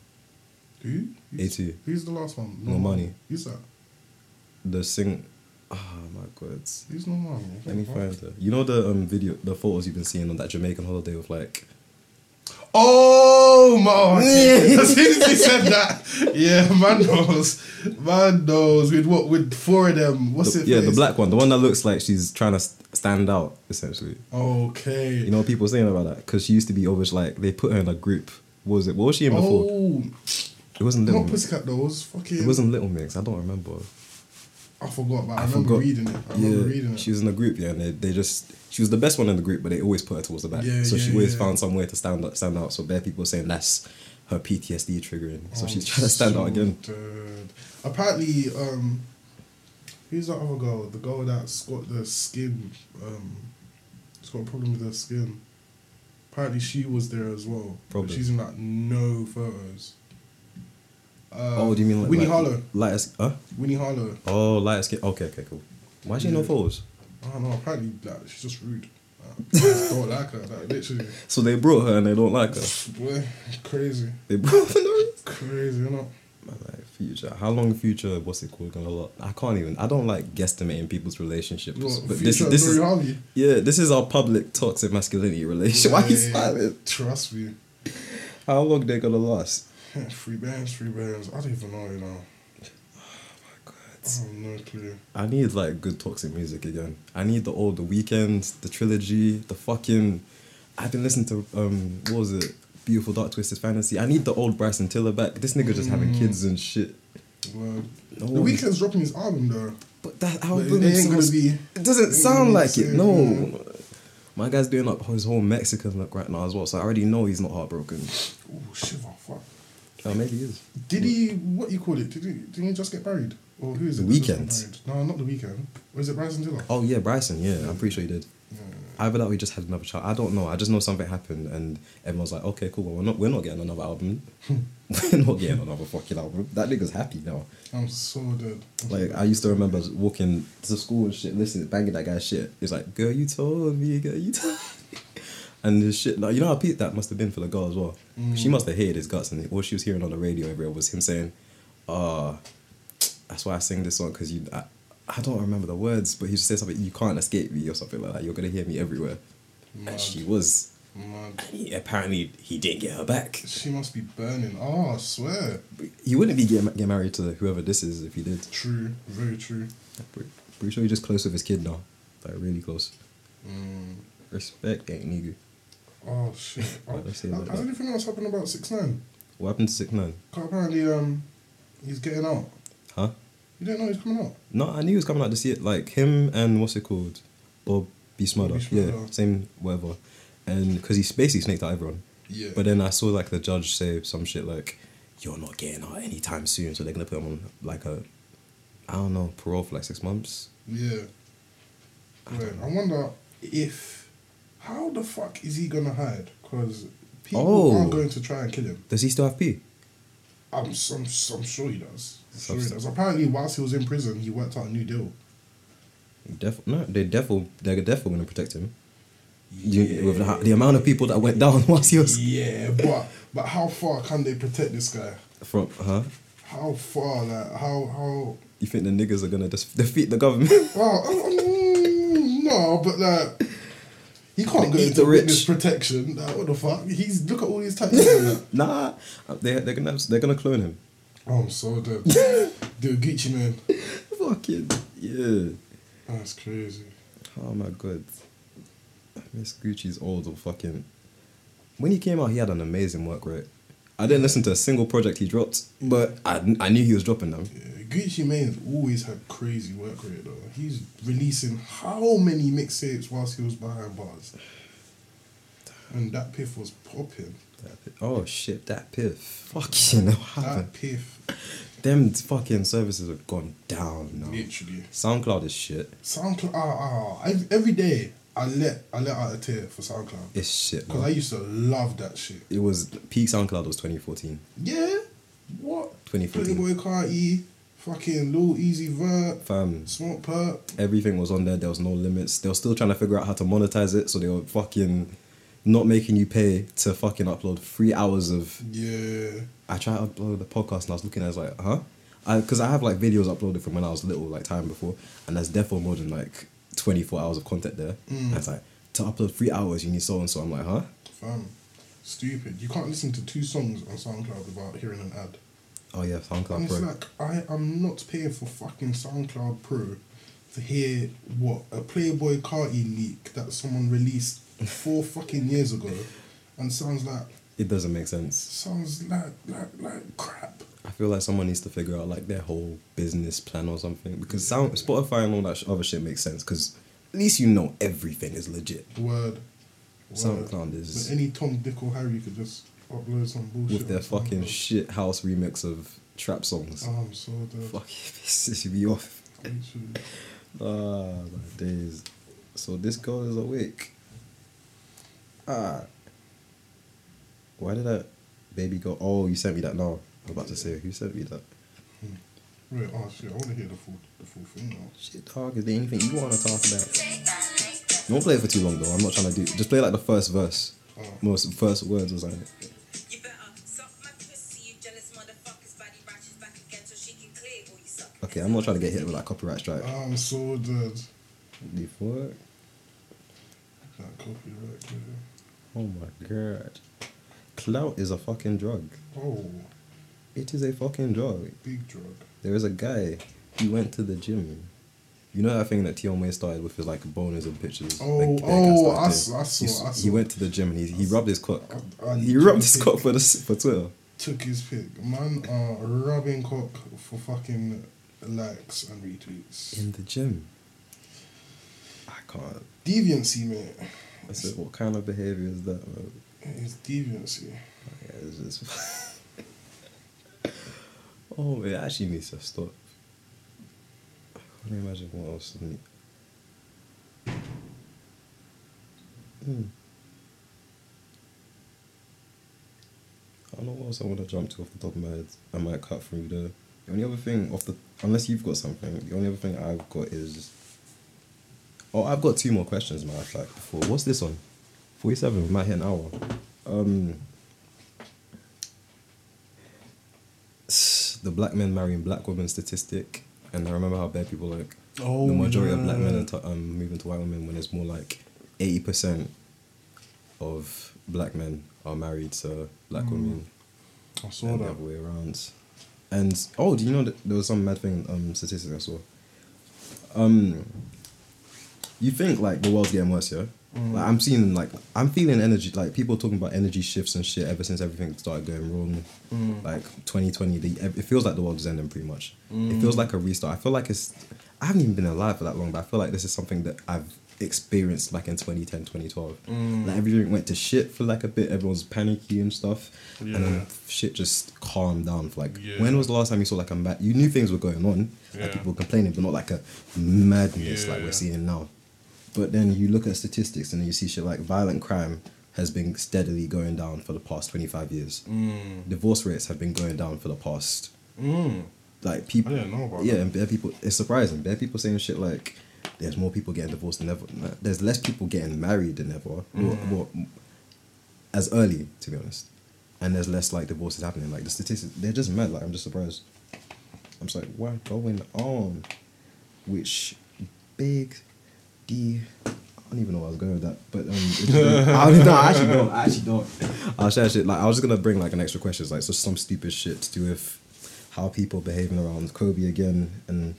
[SPEAKER 1] Who? Who's-
[SPEAKER 2] A2.
[SPEAKER 1] Who's the last one?
[SPEAKER 2] No money.
[SPEAKER 1] Who's that?
[SPEAKER 2] The sing. Oh my god.
[SPEAKER 1] Who's no money?
[SPEAKER 2] Let me find her. You know the um video, the photos you've been seeing on that Jamaican holiday with like.
[SPEAKER 1] Oh my! as soon as he said that, yeah, man knows, man knows. With what? With four of them. What's
[SPEAKER 2] the-
[SPEAKER 1] it?
[SPEAKER 2] yeah, the
[SPEAKER 1] face?
[SPEAKER 2] black one, the one that looks like she's trying to st- stand out essentially.
[SPEAKER 1] Okay.
[SPEAKER 2] You know what people were saying about that because she used to be always like they put her in a group. What was it? What was she in before?
[SPEAKER 1] oh,
[SPEAKER 2] it wasn't Little
[SPEAKER 1] not
[SPEAKER 2] Mix.
[SPEAKER 1] pussycat dolls. Fucking.
[SPEAKER 2] It wasn't Little Mix. I don't remember.
[SPEAKER 1] I forgot, but I,
[SPEAKER 2] I
[SPEAKER 1] remember
[SPEAKER 2] forgot.
[SPEAKER 1] reading it. I remember reading it.
[SPEAKER 2] she was in a group, yeah, and they, they just she was the best one in the group, but they always put her towards the back.
[SPEAKER 1] Yeah,
[SPEAKER 2] so she
[SPEAKER 1] yeah,
[SPEAKER 2] always
[SPEAKER 1] yeah.
[SPEAKER 2] found somewhere to stand out, stand out. So bare people were saying that's her PTSD triggering. So
[SPEAKER 1] I'm
[SPEAKER 2] she's trying to stand out
[SPEAKER 1] so
[SPEAKER 2] again.
[SPEAKER 1] dead. Apparently, um, who's that other girl? The girl that's got the skin, um, she's got a problem with her skin. Apparently, she was there as well. But
[SPEAKER 2] Problem.
[SPEAKER 1] she's in like no photos. Uh,
[SPEAKER 2] oh, do you mean like
[SPEAKER 1] Winnie
[SPEAKER 2] like,
[SPEAKER 1] Harlow?
[SPEAKER 2] Lighter, sk- huh?
[SPEAKER 1] Winnie Harlow.
[SPEAKER 2] Oh, lighter skin. Okay, okay, cool. Why she in no
[SPEAKER 1] Yeah.
[SPEAKER 2] photos?
[SPEAKER 1] I don't know. Apparently, like, she's just rude. Like, I just don't like her. Like, literally,
[SPEAKER 2] So they brought her and they don't like her.
[SPEAKER 1] boy, crazy,
[SPEAKER 2] They brought her. for no reason.
[SPEAKER 1] crazy, you know.
[SPEAKER 2] My life, future. How long future? What's it called? Gonna lot. I can't even. I don't like guesstimating people's relationships.
[SPEAKER 1] What,
[SPEAKER 2] but this,
[SPEAKER 1] future
[SPEAKER 2] this
[SPEAKER 1] Dory
[SPEAKER 2] is
[SPEAKER 1] Harvey.
[SPEAKER 2] yeah. This is our public toxic masculinity relationship. Why are you
[SPEAKER 1] Like,
[SPEAKER 2] silent?
[SPEAKER 1] Trust me.
[SPEAKER 2] How long they gonna last?
[SPEAKER 1] Yeah, Free bands, free bands. I don't even know, you know.
[SPEAKER 2] Oh,
[SPEAKER 1] I have no clue.
[SPEAKER 2] I need like good toxic music again. I need the old the weekends, the trilogy, the fucking. I've been listening to um what was it? beautiful dark twisted fantasy. I need the old Bryson Tiller back. This nigga just
[SPEAKER 1] Mm.
[SPEAKER 2] having kids and shit.
[SPEAKER 1] Word.
[SPEAKER 2] No. Oh,
[SPEAKER 1] The weekend's dropping his album though.
[SPEAKER 2] But that
[SPEAKER 1] But
[SPEAKER 2] album
[SPEAKER 1] it ain't
[SPEAKER 2] sounds-
[SPEAKER 1] gonna be.
[SPEAKER 2] It doesn't sound
[SPEAKER 1] Mm,
[SPEAKER 2] like it.
[SPEAKER 1] yeah,
[SPEAKER 2] No.
[SPEAKER 1] yeah.
[SPEAKER 2] My guy's doing up his whole Mexican look right now as well, so I already know he's not heartbroken.
[SPEAKER 1] Oh shiver, fuck.
[SPEAKER 2] Oh, maybe he is.
[SPEAKER 1] Did he? What you call it? Did he? Did he just get married? Or who is
[SPEAKER 2] The
[SPEAKER 1] it? that just got
[SPEAKER 2] Weeknd.
[SPEAKER 1] married? No, not the weekend. Or is it Bryson Tiller?
[SPEAKER 2] Oh yeah, Bryson. Yeah, I'm pretty sure he did. Either that, or he just had another child. I don't know. I just know something happened, and everyone's like, "Okay, cool. Well, we're not. We're not getting another album. we're not getting another fucking album." That nigga's happy now.
[SPEAKER 1] I'm so dead.
[SPEAKER 2] Like I used to remember walking to school and shit, listening, banging that guy's shit. It's like, "Girl, you told me. Girl, you told." me." And the shit, like you know how Pete that must have been for the girl as well. She must have hated his guts, and all she was hearing on the radio everywhere was him saying, "Ah, that's why I sing this song because you." I, I don't remember the words, but he just said something. You can't escape me, or something like that. You're gonna hear me everywhere.
[SPEAKER 1] Mad.
[SPEAKER 2] And she was.
[SPEAKER 1] Mad.
[SPEAKER 2] And he, apparently, he didn't get her back.
[SPEAKER 1] She must be burning. Oh, I swear.
[SPEAKER 2] He wouldn't be getting get married to whoever this is if he did.
[SPEAKER 1] True. Very true.
[SPEAKER 2] Pretty- Pretty sure he's just close with his kid now. Like really close.
[SPEAKER 1] Mm.
[SPEAKER 2] Respect ain't nigga.
[SPEAKER 1] Oh shit. I, I,
[SPEAKER 2] Right, let's see about
[SPEAKER 1] I
[SPEAKER 2] that.
[SPEAKER 1] don't even know what's happened about six nine.
[SPEAKER 2] What happened to Sick Man?
[SPEAKER 1] Apparently, um, he's getting out.
[SPEAKER 2] Huh?
[SPEAKER 1] You didn't know he's coming out.
[SPEAKER 2] No, I knew he was coming out to see it. Like him and what's it called? Bob B. Smother.
[SPEAKER 1] Bobby
[SPEAKER 2] Yeah,
[SPEAKER 1] Shmurda.
[SPEAKER 2] same whatever. And because he basically snaked out everyone.
[SPEAKER 1] Yeah.
[SPEAKER 2] But then I saw like the judge say some shit like, "You're not getting out anytime soon," so they're gonna put him on like a, I don't know, parole for like six months.
[SPEAKER 1] Yeah. Right. I wonder if how the fuck is he gonna hide? Because people
[SPEAKER 2] Oh.
[SPEAKER 1] are going to try and kill him.
[SPEAKER 2] Does he still have P?
[SPEAKER 1] I'm, s- I'm, s- I'm sure he does. I'm sure he
[SPEAKER 2] Subs-
[SPEAKER 1] does. Apparently, whilst he was in prison, he worked out a new deal.
[SPEAKER 2] Def- no, they definitely they're definitely gonna protect him. You, with the, the amount of people that went down once he was
[SPEAKER 1] Yeah, but but how far can they protect this guy?
[SPEAKER 2] from, huh?
[SPEAKER 1] How far? Like how how?
[SPEAKER 2] You think the niggas are gonna just defeat the government?
[SPEAKER 1] Well, um, um, no, but like. He can't go
[SPEAKER 2] Eat
[SPEAKER 1] into
[SPEAKER 2] the rich.
[SPEAKER 1] witness protection. Like, what the fuck? He's look at all these tattoos. and that.
[SPEAKER 2] nah, they they're gonna they're gonna clone him.
[SPEAKER 1] Oh, I'm so dead. Dude, Gucci man.
[SPEAKER 2] Fucking yeah.
[SPEAKER 1] That's crazy.
[SPEAKER 2] Oh my god. Miss Gucci's old fucking. When he came out, he had an amazing work rate. I didn't listen to a single project he dropped, but I, I knew he was dropping them.
[SPEAKER 1] Yeah, Gucci Mane's always had crazy work rate though. He's releasing how many mixtapes whilst he was behind bars, and that piff was popping.
[SPEAKER 2] That pi- Oh shit, that piff. Fucking
[SPEAKER 1] That
[SPEAKER 2] what happened?
[SPEAKER 1] piff,
[SPEAKER 2] Them fucking services have gone down now.
[SPEAKER 1] literally.
[SPEAKER 2] SoundCloud is shit.
[SPEAKER 1] SoundCloud. Ah, ah, ev- every day I let I let out a tear for SoundCloud
[SPEAKER 2] It's shit.
[SPEAKER 1] because
[SPEAKER 2] Man.
[SPEAKER 1] I used to love that shit.
[SPEAKER 2] it was peak SoundCloud was 2014.
[SPEAKER 1] Yeah, what?
[SPEAKER 2] 2014.
[SPEAKER 1] Playboy Carti, fucking Lil Easy Vert,
[SPEAKER 2] Fam,
[SPEAKER 1] Smoke Perp.
[SPEAKER 2] everything was on there. There was no limits. They were still trying to figure out how to monetize it, so they were fucking not making you pay to fucking upload three hours of.
[SPEAKER 1] Yeah.
[SPEAKER 2] I tried to upload the podcast and I was looking at it, I was like, huh? Because I, have like videos uploaded from when I was little, like time before, and there's definitely more than like 24 hours of content there. And it's like, to upload three hours, you need so and so. I'm like, huh?
[SPEAKER 1] Fam, stupid. You can't listen to two songs on SoundCloud without hearing an ad.
[SPEAKER 2] Oh yeah, SoundCloud
[SPEAKER 1] And
[SPEAKER 2] Pro.
[SPEAKER 1] it's like, I am not paying for fucking SoundCloud Pro to hear what? A Playboy Carti leak that someone released four fucking years ago and sounds like,
[SPEAKER 2] it doesn't make sense.
[SPEAKER 1] sounds like, like, like crap.
[SPEAKER 2] I feel like someone needs to figure out like their whole business plan or something because sound Spotify and all that sh- other shit makes sense because at least you know everything is legit.
[SPEAKER 1] Word. Word.
[SPEAKER 2] SoundCloud is-
[SPEAKER 1] But any Tom, Dick, or Harry could just upload some bullshit.
[SPEAKER 2] with their
[SPEAKER 1] on
[SPEAKER 2] fucking
[SPEAKER 1] SoundCloud.
[SPEAKER 2] shit house remix of trap songs.
[SPEAKER 1] Oh, I'm so dead.
[SPEAKER 2] Fuck, this should be off.
[SPEAKER 1] Literally.
[SPEAKER 2] Ah, my days. So this girl is awake. Ah. Why did that baby go? Oh, you sent me that now. I'm about to say, who sent me that?
[SPEAKER 1] Right, oh shit, I want to hear the full, the full thing now.
[SPEAKER 2] Shit, dog, is there anything you want to talk about? Don't play it for too long, though. I'm not trying to do. Just play like the first verse.
[SPEAKER 1] Oh.
[SPEAKER 2] Most first words was like.
[SPEAKER 4] You better suck my pussy, you jealous motherfuckers. Body ratchets back again so she can clear all you suck.
[SPEAKER 2] Okay, I'm not trying to get hit with that copyright strike.
[SPEAKER 1] Um, I'm so dead.
[SPEAKER 2] Before.
[SPEAKER 1] That copyright. Yeah.
[SPEAKER 2] Oh my god. Clout is a fucking drug.
[SPEAKER 1] Oh,
[SPEAKER 2] It is a fucking drug.
[SPEAKER 1] big drug.
[SPEAKER 2] There is a guy, he went to the gym You know that thing that Tion May started with his like boners and pictures.
[SPEAKER 1] Oh,
[SPEAKER 2] like, bare
[SPEAKER 1] oh,
[SPEAKER 2] cats
[SPEAKER 1] I saw- I
[SPEAKER 2] that did.
[SPEAKER 1] saw-
[SPEAKER 2] He s-
[SPEAKER 1] I saw.
[SPEAKER 2] He went to the gym and he, he rubbed his cock.
[SPEAKER 1] I- I-
[SPEAKER 2] He rubbed his cock for the s- for Twitter.
[SPEAKER 1] Took his pick. Man are rubbing cock for fucking likes and retweets.
[SPEAKER 2] In the gym. I can't.
[SPEAKER 1] Deviancy, mate.
[SPEAKER 2] I said, what kind of behavior is that? Bro?
[SPEAKER 1] It's deviancy.
[SPEAKER 2] Like, it's just. oh, it actually needs to stop. I can't imagine what else. to me. Hmm. I don't know what else I want to jump to off the top of my head. I might cut through the. The only other thing off the unless you've got something, the only other thing I've got is. Oh, I've got two more questions. Matter of fact, before what's this one? Forty-seven. We might hit an hour. Um. The black men marrying black women statistic, and I remember how bad people like
[SPEAKER 1] Oh,
[SPEAKER 2] the majority of black men
[SPEAKER 1] yeah.
[SPEAKER 2] are t- um, moving to white women when it's more like eighty percent of black men are married to black
[SPEAKER 1] Hmm.
[SPEAKER 2] women
[SPEAKER 1] I saw
[SPEAKER 2] and the
[SPEAKER 1] that.
[SPEAKER 2] other way around. And oh, do you know that there was some mad thing um statistic I saw? Um, you think like the world's getting worse, yeah?
[SPEAKER 1] Mm.
[SPEAKER 2] Like I'm seeing like I'm feeling energy like people talking about energy shifts and shit ever since everything started going wrong.
[SPEAKER 1] Mm.
[SPEAKER 2] Like 2020, the, it feels like the world is ending pretty much. It
[SPEAKER 1] Mm.
[SPEAKER 2] feels like a restart. I feel like it's I haven't even been alive for that long, but I feel like this is something that I've experienced like in 2010 2012
[SPEAKER 1] Mm.
[SPEAKER 2] like everything went to shit for like a bit everyone's panicky and stuff and
[SPEAKER 1] Yeah.
[SPEAKER 2] then shit just calmed down for like
[SPEAKER 1] Yeah.
[SPEAKER 2] when was the last time you saw like a mad you knew things were going on like
[SPEAKER 1] Yeah.
[SPEAKER 2] people were complaining but not like a madness like
[SPEAKER 1] Yeah.
[SPEAKER 2] we're seeing now but then you look at statistics and you see shit like violent crime has been steadily going down for the past 25 years
[SPEAKER 1] Mm.
[SPEAKER 2] divorce rates have been going down for the past like people
[SPEAKER 1] I didn't know about
[SPEAKER 2] yeah
[SPEAKER 1] that.
[SPEAKER 2] and bare people it's surprising bare people saying shit like there's more people getting divorced than ever Like, there's less people getting married than ever Well, well, as early to be honest and there's less like divorces happening like the statistics they're just mad like i'm just surprised i'm just like what going on which big d i don't even know where i was going with that but um it's just really- I, don't- no, I actually don't i actually don't i'll share shit like i was just gonna bring like an extra question like just some stupid shit to do with how people behaving around kobe again and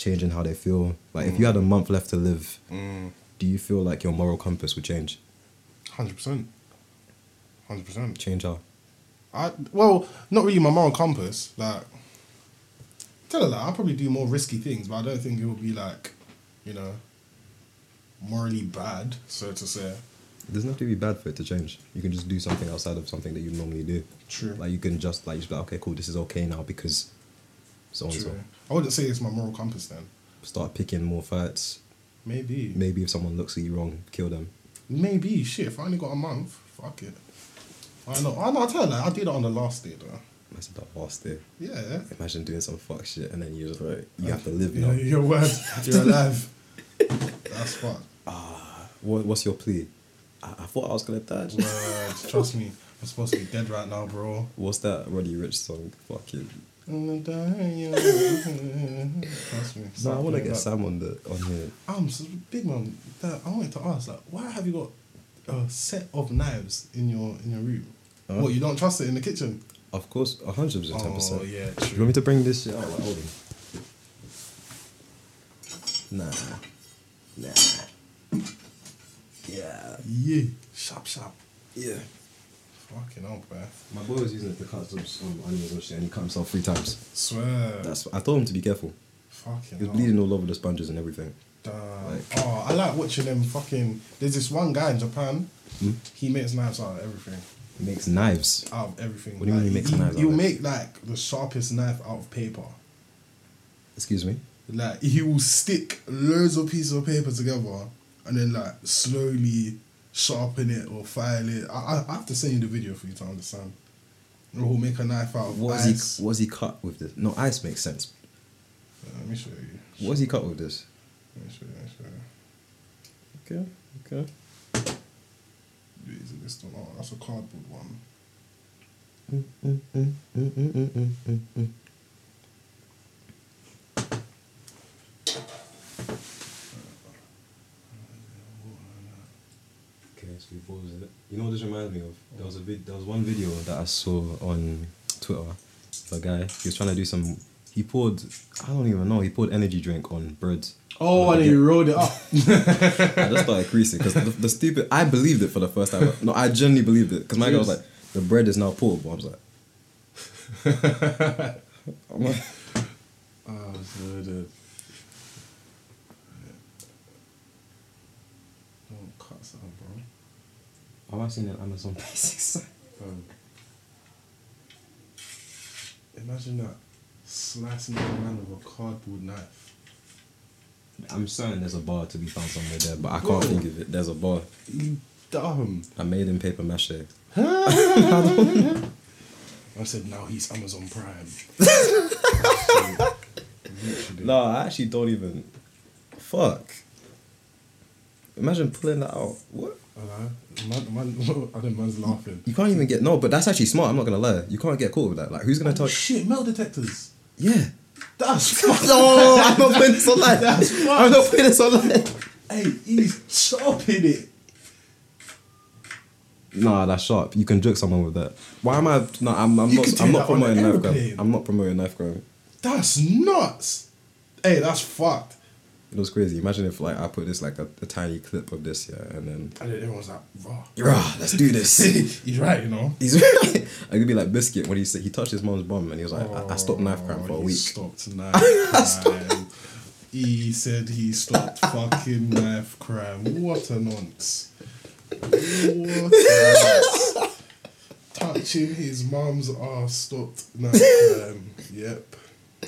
[SPEAKER 2] changing how they feel like if you had a month left to live
[SPEAKER 1] Mm.
[SPEAKER 2] do you feel like your moral compass would change
[SPEAKER 1] Hundred percent. Hundred percent.
[SPEAKER 2] change how
[SPEAKER 1] I well, not really my moral compass. Like, tell her that I'll probably do more risky things, but I don't think it will be like, you know, morally bad, so to say.
[SPEAKER 2] It doesn't have to be bad for it to change. You can just do something outside of something that you normally do.
[SPEAKER 1] True.
[SPEAKER 2] Like you can just like just be like, okay, cool, this is okay now because so and so.
[SPEAKER 1] True. I wouldn't say it's my moral compass then.
[SPEAKER 2] Start picking more fights.
[SPEAKER 1] Maybe. Maybe.
[SPEAKER 2] Maybe if someone looks at you wrong, kill them.
[SPEAKER 1] Shit, if I only got a month, fuck it. I know. I know. I tell her that I did it on the last day though.
[SPEAKER 2] That's about last day.
[SPEAKER 1] Yeah.
[SPEAKER 2] Imagine doing some fuck shit and then you're just like, you have to live now.
[SPEAKER 1] You're, you're word. You're alive. That's fucked.
[SPEAKER 2] What, what's your plea? I, I thought I was gonna die.
[SPEAKER 1] Word. Trust me. I'm supposed to be dead right now, bro.
[SPEAKER 2] What's that Roddy Rich song? Fucking.
[SPEAKER 1] Trust me.
[SPEAKER 2] No, I want to get
[SPEAKER 1] Sam.
[SPEAKER 2] Sam on the on here.
[SPEAKER 1] Um, so big man, that I wanted to ask, like, why have you got a set of knives in your in your room?
[SPEAKER 2] Huh?
[SPEAKER 1] What you don't trust it in the kitchen?
[SPEAKER 2] Of course, hundred percent, ten percent.
[SPEAKER 1] Oh yeah,
[SPEAKER 2] Do you want
[SPEAKER 1] true.
[SPEAKER 2] me to bring this shit out? Like, hold on. Nah. Nah. Yeah.
[SPEAKER 1] Yeah, sharp sharp.
[SPEAKER 2] Yeah.
[SPEAKER 1] Fucking hell, bruh.
[SPEAKER 2] My boy was using it to cut some, some onions and shit, and he cut himself three times. Oh.
[SPEAKER 1] Swear.
[SPEAKER 2] That's. I told him to be careful.
[SPEAKER 1] fucking.
[SPEAKER 2] He was
[SPEAKER 1] hell.
[SPEAKER 2] bleeding all over the sponges and everything.
[SPEAKER 1] Damn.
[SPEAKER 2] Like-
[SPEAKER 1] oh, I like watching them. Fucking. There's this one guy in Japan.
[SPEAKER 2] Hmm?
[SPEAKER 1] He makes knives out of everything.
[SPEAKER 2] He makes knives.
[SPEAKER 1] out of everything.
[SPEAKER 2] What do you mean
[SPEAKER 1] Like,
[SPEAKER 2] he makes knives out
[SPEAKER 1] He'll
[SPEAKER 2] of
[SPEAKER 1] make like the sharpest knife out of paper.
[SPEAKER 2] Excuse me.
[SPEAKER 1] Like he will stick loads of pieces of paper together and then like slowly sharpen it or file it. I, I, I have to send you the video for you to understand. Or he'll make a knife out of
[SPEAKER 2] What
[SPEAKER 1] ice.
[SPEAKER 2] is he? What is he cut with this? No, ice makes sense.
[SPEAKER 1] Yeah, Uh, let me show you.
[SPEAKER 2] What is he cut with this?
[SPEAKER 1] Let me show you. Let me show you.
[SPEAKER 2] Okay. Okay.
[SPEAKER 1] Is it this one? Oh, that's a cardboard one.
[SPEAKER 2] Okay, so we pause it. You know what this reminds me of? There was a vid- there was one video that I saw on Twitter. of A guy, he was trying to do some. He poured, I don't even know. He poured energy drink on bread.
[SPEAKER 1] Oh, and then you rolled it up.
[SPEAKER 2] I just started creasing because the, the stupid. I believed it for the first time. No, I genuinely believed it because my guy was like, "The bread is now portable." I was like, I'm like,
[SPEAKER 1] oh, so the. Don't cut something, bro.
[SPEAKER 2] "Have I seen an Amazon Basics?"
[SPEAKER 1] Um, imagine that slicing the man with a cardboard knife.
[SPEAKER 2] I'm certain there's a bar to be found somewhere there, but I
[SPEAKER 1] Bro.
[SPEAKER 2] can't think of it. There's a bar.
[SPEAKER 1] You dumb.
[SPEAKER 2] I made in paper mache.
[SPEAKER 1] I said now he's Amazon Prime. Literally.
[SPEAKER 2] No, I actually don't even. Fuck. Imagine pulling that out. What?
[SPEAKER 1] Hello? Man, man, other man's laughing.
[SPEAKER 2] You can't even get no, but that's actually smart. I'm not gonna lie. You can't get caught with that. Like, who's gonna tell?
[SPEAKER 1] Shit, metal detectors.
[SPEAKER 2] Yeah.
[SPEAKER 1] That's
[SPEAKER 2] No, I'm not putting this online.
[SPEAKER 1] That's
[SPEAKER 2] I'm not putting this online.
[SPEAKER 1] hey, he's chopping it.
[SPEAKER 2] Nah, that's sharp. You can joke someone with that. Why am I? No, I'm. I'm
[SPEAKER 1] You could
[SPEAKER 2] not.
[SPEAKER 1] do
[SPEAKER 2] I'm
[SPEAKER 1] that
[SPEAKER 2] not
[SPEAKER 1] on
[SPEAKER 2] promoting
[SPEAKER 1] an
[SPEAKER 2] knife crime.
[SPEAKER 1] aeroplane.
[SPEAKER 2] I'm not promoting knife crime.
[SPEAKER 1] That's nuts. Hey, that's fucked.
[SPEAKER 2] It was crazy. Imagine if like I put this like a, a tiny clip of this, yeah, and then
[SPEAKER 1] And then everyone's like, raw.
[SPEAKER 2] rah, let's do this.
[SPEAKER 1] he's right, you know.
[SPEAKER 2] He's I could be like biscuit when he said he touched his mom's bum and he was like, I, I stopped knife crime for a
[SPEAKER 1] Oh, he
[SPEAKER 2] week.
[SPEAKER 1] Stopped knife crime. he said he stopped fucking knife crime. What a nonce. What a nonce. Touching his mum's ass stopped knife crime. Yep.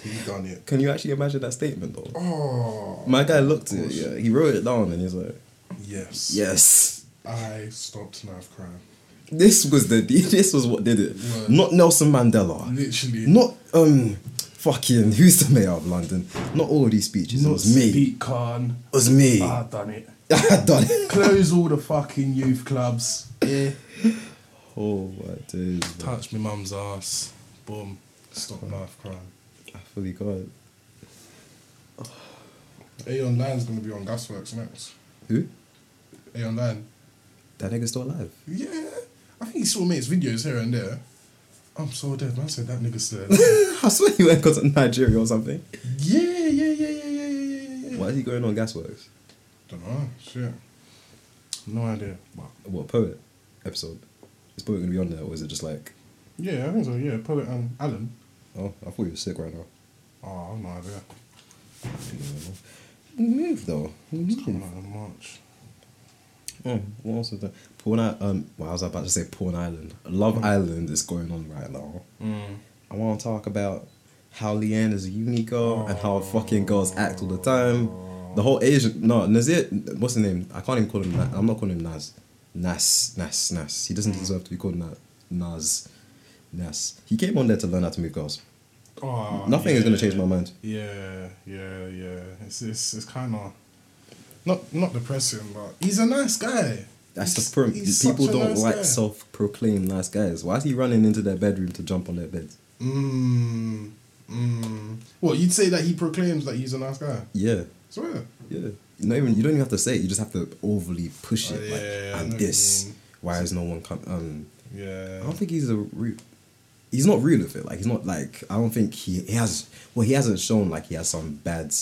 [SPEAKER 1] He done it.
[SPEAKER 2] Can you actually imagine that statement though?
[SPEAKER 1] Oh
[SPEAKER 2] My guy looked at it. Yeah, he wrote it down and he's like,
[SPEAKER 1] yes.
[SPEAKER 2] yes.
[SPEAKER 1] I stopped knife crime.
[SPEAKER 2] This was the this was what did it.
[SPEAKER 1] Word.
[SPEAKER 2] Not Nelson Mandela.
[SPEAKER 1] Literally.
[SPEAKER 2] Not um fucking who's the mayor of London? Not all of these speeches. it
[SPEAKER 1] Not Ah.
[SPEAKER 2] was me.
[SPEAKER 1] Speak Khan.
[SPEAKER 2] It was me.
[SPEAKER 1] I done it.
[SPEAKER 2] I done it.
[SPEAKER 1] Close all the fucking youth clubs. Yeah.
[SPEAKER 2] Oh my days. bro.
[SPEAKER 1] Touch my mum's ass. Boom. Stop knife crime.
[SPEAKER 2] I fully got it.
[SPEAKER 1] Aeon Land's gonna be on Gasworks next.
[SPEAKER 2] Who?
[SPEAKER 1] Aeon Land.
[SPEAKER 2] That nigga still alive.
[SPEAKER 1] Yeah. I think he still makes videos here and there. I'm so dead, man. I said that nigga's still alive.
[SPEAKER 2] I swear he went 'cause of Nigeria or something.
[SPEAKER 1] yeah, yeah, yeah, yeah, yeah, yeah, yeah, yeah.
[SPEAKER 2] Why is he going on gasworks?
[SPEAKER 1] Don't know. Shit. No idea. But
[SPEAKER 2] What poet episode? Is poet gonna be on there, or is it just like,
[SPEAKER 1] yeah, I think so. Yeah, Poet and Alan.
[SPEAKER 2] oh, I thought you were sick right now.
[SPEAKER 1] Oh, I have no idea.
[SPEAKER 2] Move though.
[SPEAKER 1] It's coming out in March.
[SPEAKER 2] Oh, what else was that? Porn I um, well, I was about to say Porn Island. Love Island is going on right now. I want to talk about how Leanne is a uni girl and how fucking girls act all the time. The whole Asian no Nazir, what's his name? I can't even call him. Na- I'm not calling him Nas. Nas, Nas, Nas. He doesn't deserve to be called Na- Nas. Nas. He came on there to learn how to move girls.
[SPEAKER 1] Oh,
[SPEAKER 2] Nothing is gonna change my mind.
[SPEAKER 1] Yeah, yeah, yeah. It's it's, it's kind of not not depressing, but he's a nice guy.
[SPEAKER 2] That's
[SPEAKER 1] He's-
[SPEAKER 2] the problem.
[SPEAKER 1] he's
[SPEAKER 2] People
[SPEAKER 1] such a
[SPEAKER 2] don't
[SPEAKER 1] nice
[SPEAKER 2] like
[SPEAKER 1] guy.
[SPEAKER 2] self-proclaimed nice guys. Why is he running into their bedroom to jump on their beds?
[SPEAKER 1] Mm, mm. What you'd say that he proclaims that he's a nice guy?
[SPEAKER 2] Yeah.
[SPEAKER 1] Swear.
[SPEAKER 2] Yeah. Not even you don't even have to say it. You just have to overly push
[SPEAKER 1] Oh,
[SPEAKER 2] it.
[SPEAKER 1] yeah,
[SPEAKER 2] like,
[SPEAKER 1] yeah, yeah, I know
[SPEAKER 2] and
[SPEAKER 1] what you
[SPEAKER 2] this.
[SPEAKER 1] mean.
[SPEAKER 2] Why is no one come? Um,
[SPEAKER 1] Yeah.
[SPEAKER 2] I don't think he's a real. He's not real with it. Like he's not like I don't think he, he has. Well, he hasn't shown like he has some bad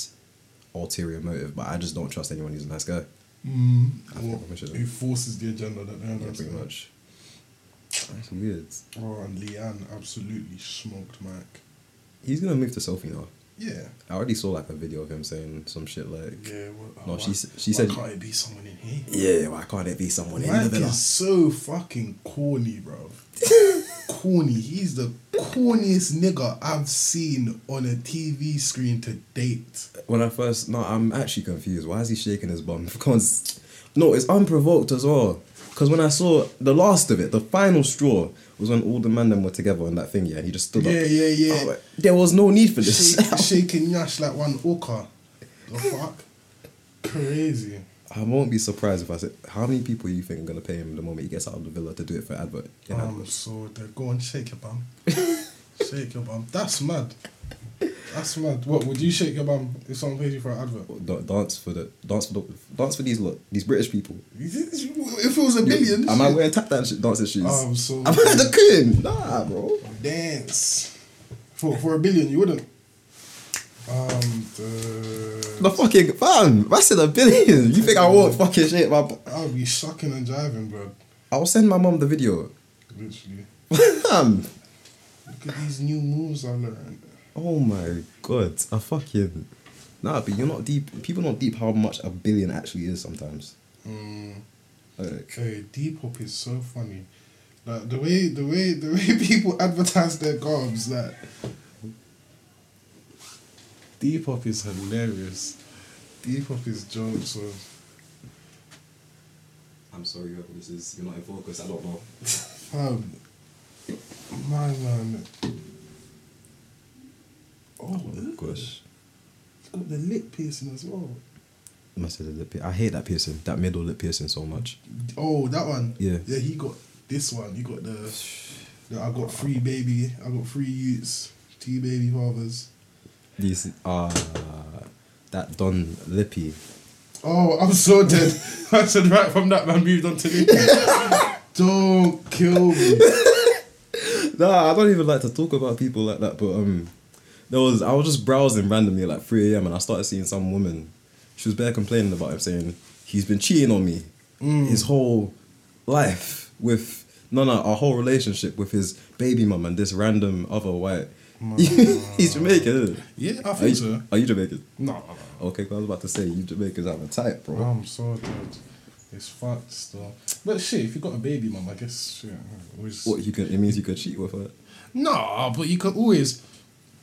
[SPEAKER 2] ulterior motive. But I just don't trust anyone who's a nice guy.
[SPEAKER 1] Mm,
[SPEAKER 2] I think
[SPEAKER 1] what,
[SPEAKER 2] I mentioned it.
[SPEAKER 1] who forces the agenda that they're
[SPEAKER 2] Yeah,
[SPEAKER 1] nice
[SPEAKER 2] pretty
[SPEAKER 1] guy.
[SPEAKER 2] much. That's weird.
[SPEAKER 1] Oh, and Leanne absolutely smoked Mike.
[SPEAKER 2] He's gonna move to selfie now.
[SPEAKER 1] Yeah.
[SPEAKER 2] I already saw like a video of him saying some shit like,
[SPEAKER 1] Yeah. Well,
[SPEAKER 2] No,
[SPEAKER 1] why-
[SPEAKER 2] she s- she
[SPEAKER 1] why
[SPEAKER 2] said-
[SPEAKER 1] Can't it be someone in here?
[SPEAKER 2] "Yeah, why can't it be someone in the
[SPEAKER 1] Mike
[SPEAKER 2] villa?"
[SPEAKER 1] is so fucking corny, bro. corny. He's the corniest nigga I've seen on a TV screen to date.
[SPEAKER 2] When I first no, I'm actually confused. Why is he shaking his bum? Because no, it's unprovoked as well. Because when I saw the last of it, the final straw was when all the men them were together on that thing. Yeah, and he just stood
[SPEAKER 1] Yeah,
[SPEAKER 2] up.
[SPEAKER 1] yeah, yeah.
[SPEAKER 2] I was like, there was no need for this.
[SPEAKER 1] Shake, shaking Yash like one orca. The fuck? Crazy.
[SPEAKER 2] I won't be surprised if I said how many people you think are gonna pay him the moment he gets out of the villa to do it for advert. In
[SPEAKER 1] Oh, I'm
[SPEAKER 2] advert.
[SPEAKER 1] so dead. Go and shake your bum. shake your bum. That's mad. That's mad. What would you shake your bum if someone paid you for an advert?
[SPEAKER 2] Da- Dance for the dance for the dance for these look these British people.
[SPEAKER 1] If it was a billion,
[SPEAKER 2] Am I
[SPEAKER 1] shit.
[SPEAKER 2] wearing tap dance dancing shoes?
[SPEAKER 1] I'm so
[SPEAKER 2] I'm
[SPEAKER 1] dead.
[SPEAKER 2] the king. Nah, bro.
[SPEAKER 1] dance for for a billion you wouldn't um the
[SPEAKER 2] The fucking fam, that's in a billion. You think I want fucking shit? My,
[SPEAKER 1] I'll be shocking and driving, bro.
[SPEAKER 2] I'll send my mom the video.
[SPEAKER 1] Literally.
[SPEAKER 2] Fam.
[SPEAKER 1] Look at these new moves I've learned.
[SPEAKER 2] Oh my god, a fucking nah. But you're not deep. People not deep how much a billion actually is sometimes.
[SPEAKER 1] Mm.
[SPEAKER 2] Like,
[SPEAKER 1] Okay, deep hop is so funny. Like the way the way the way people advertise their gobs, like deep hop is hilarious. Deep hop is jokes of
[SPEAKER 2] I'm sorry, whoever this is. You're not involved because I don't know.
[SPEAKER 1] um, my man. Oh,
[SPEAKER 2] Oh gosh,
[SPEAKER 1] got Oh, the lip piercing as well.
[SPEAKER 2] must have the lip. pier- I hate that piercing. That middle lip piercing so much.
[SPEAKER 1] Oh, that one.
[SPEAKER 2] Yeah.
[SPEAKER 1] Yeah, he got this one. He got the. the I got three baby. I got three youths. Two baby fathers.
[SPEAKER 2] These ah, that Don Lippy.
[SPEAKER 1] Oh, I'm so dead. I said right from that man moved on to this. Don't kill me.
[SPEAKER 2] Nah, I don't even like to talk about people like that. But um, there was I was just browsing randomly at like three a.m. and I started seeing some woman. She was bare complaining about him, saying he's been cheating on me
[SPEAKER 1] Mm.
[SPEAKER 2] his whole life with no no our whole relationship with his baby mum and this random other white. he's Jamaican. Isn't he?
[SPEAKER 1] Yeah, I
[SPEAKER 2] Are
[SPEAKER 1] think so.
[SPEAKER 2] you, are you Jamaican?
[SPEAKER 1] No, no,
[SPEAKER 2] Okay, 'cause I was about to say you Jamaicans have a type,
[SPEAKER 1] no.
[SPEAKER 2] bro.
[SPEAKER 1] I'm so dead. It's fucked still. But shit, if you got a baby, mum, I guess shit. Always...
[SPEAKER 2] What you could it means you could cheat with her.
[SPEAKER 1] No, but you could always,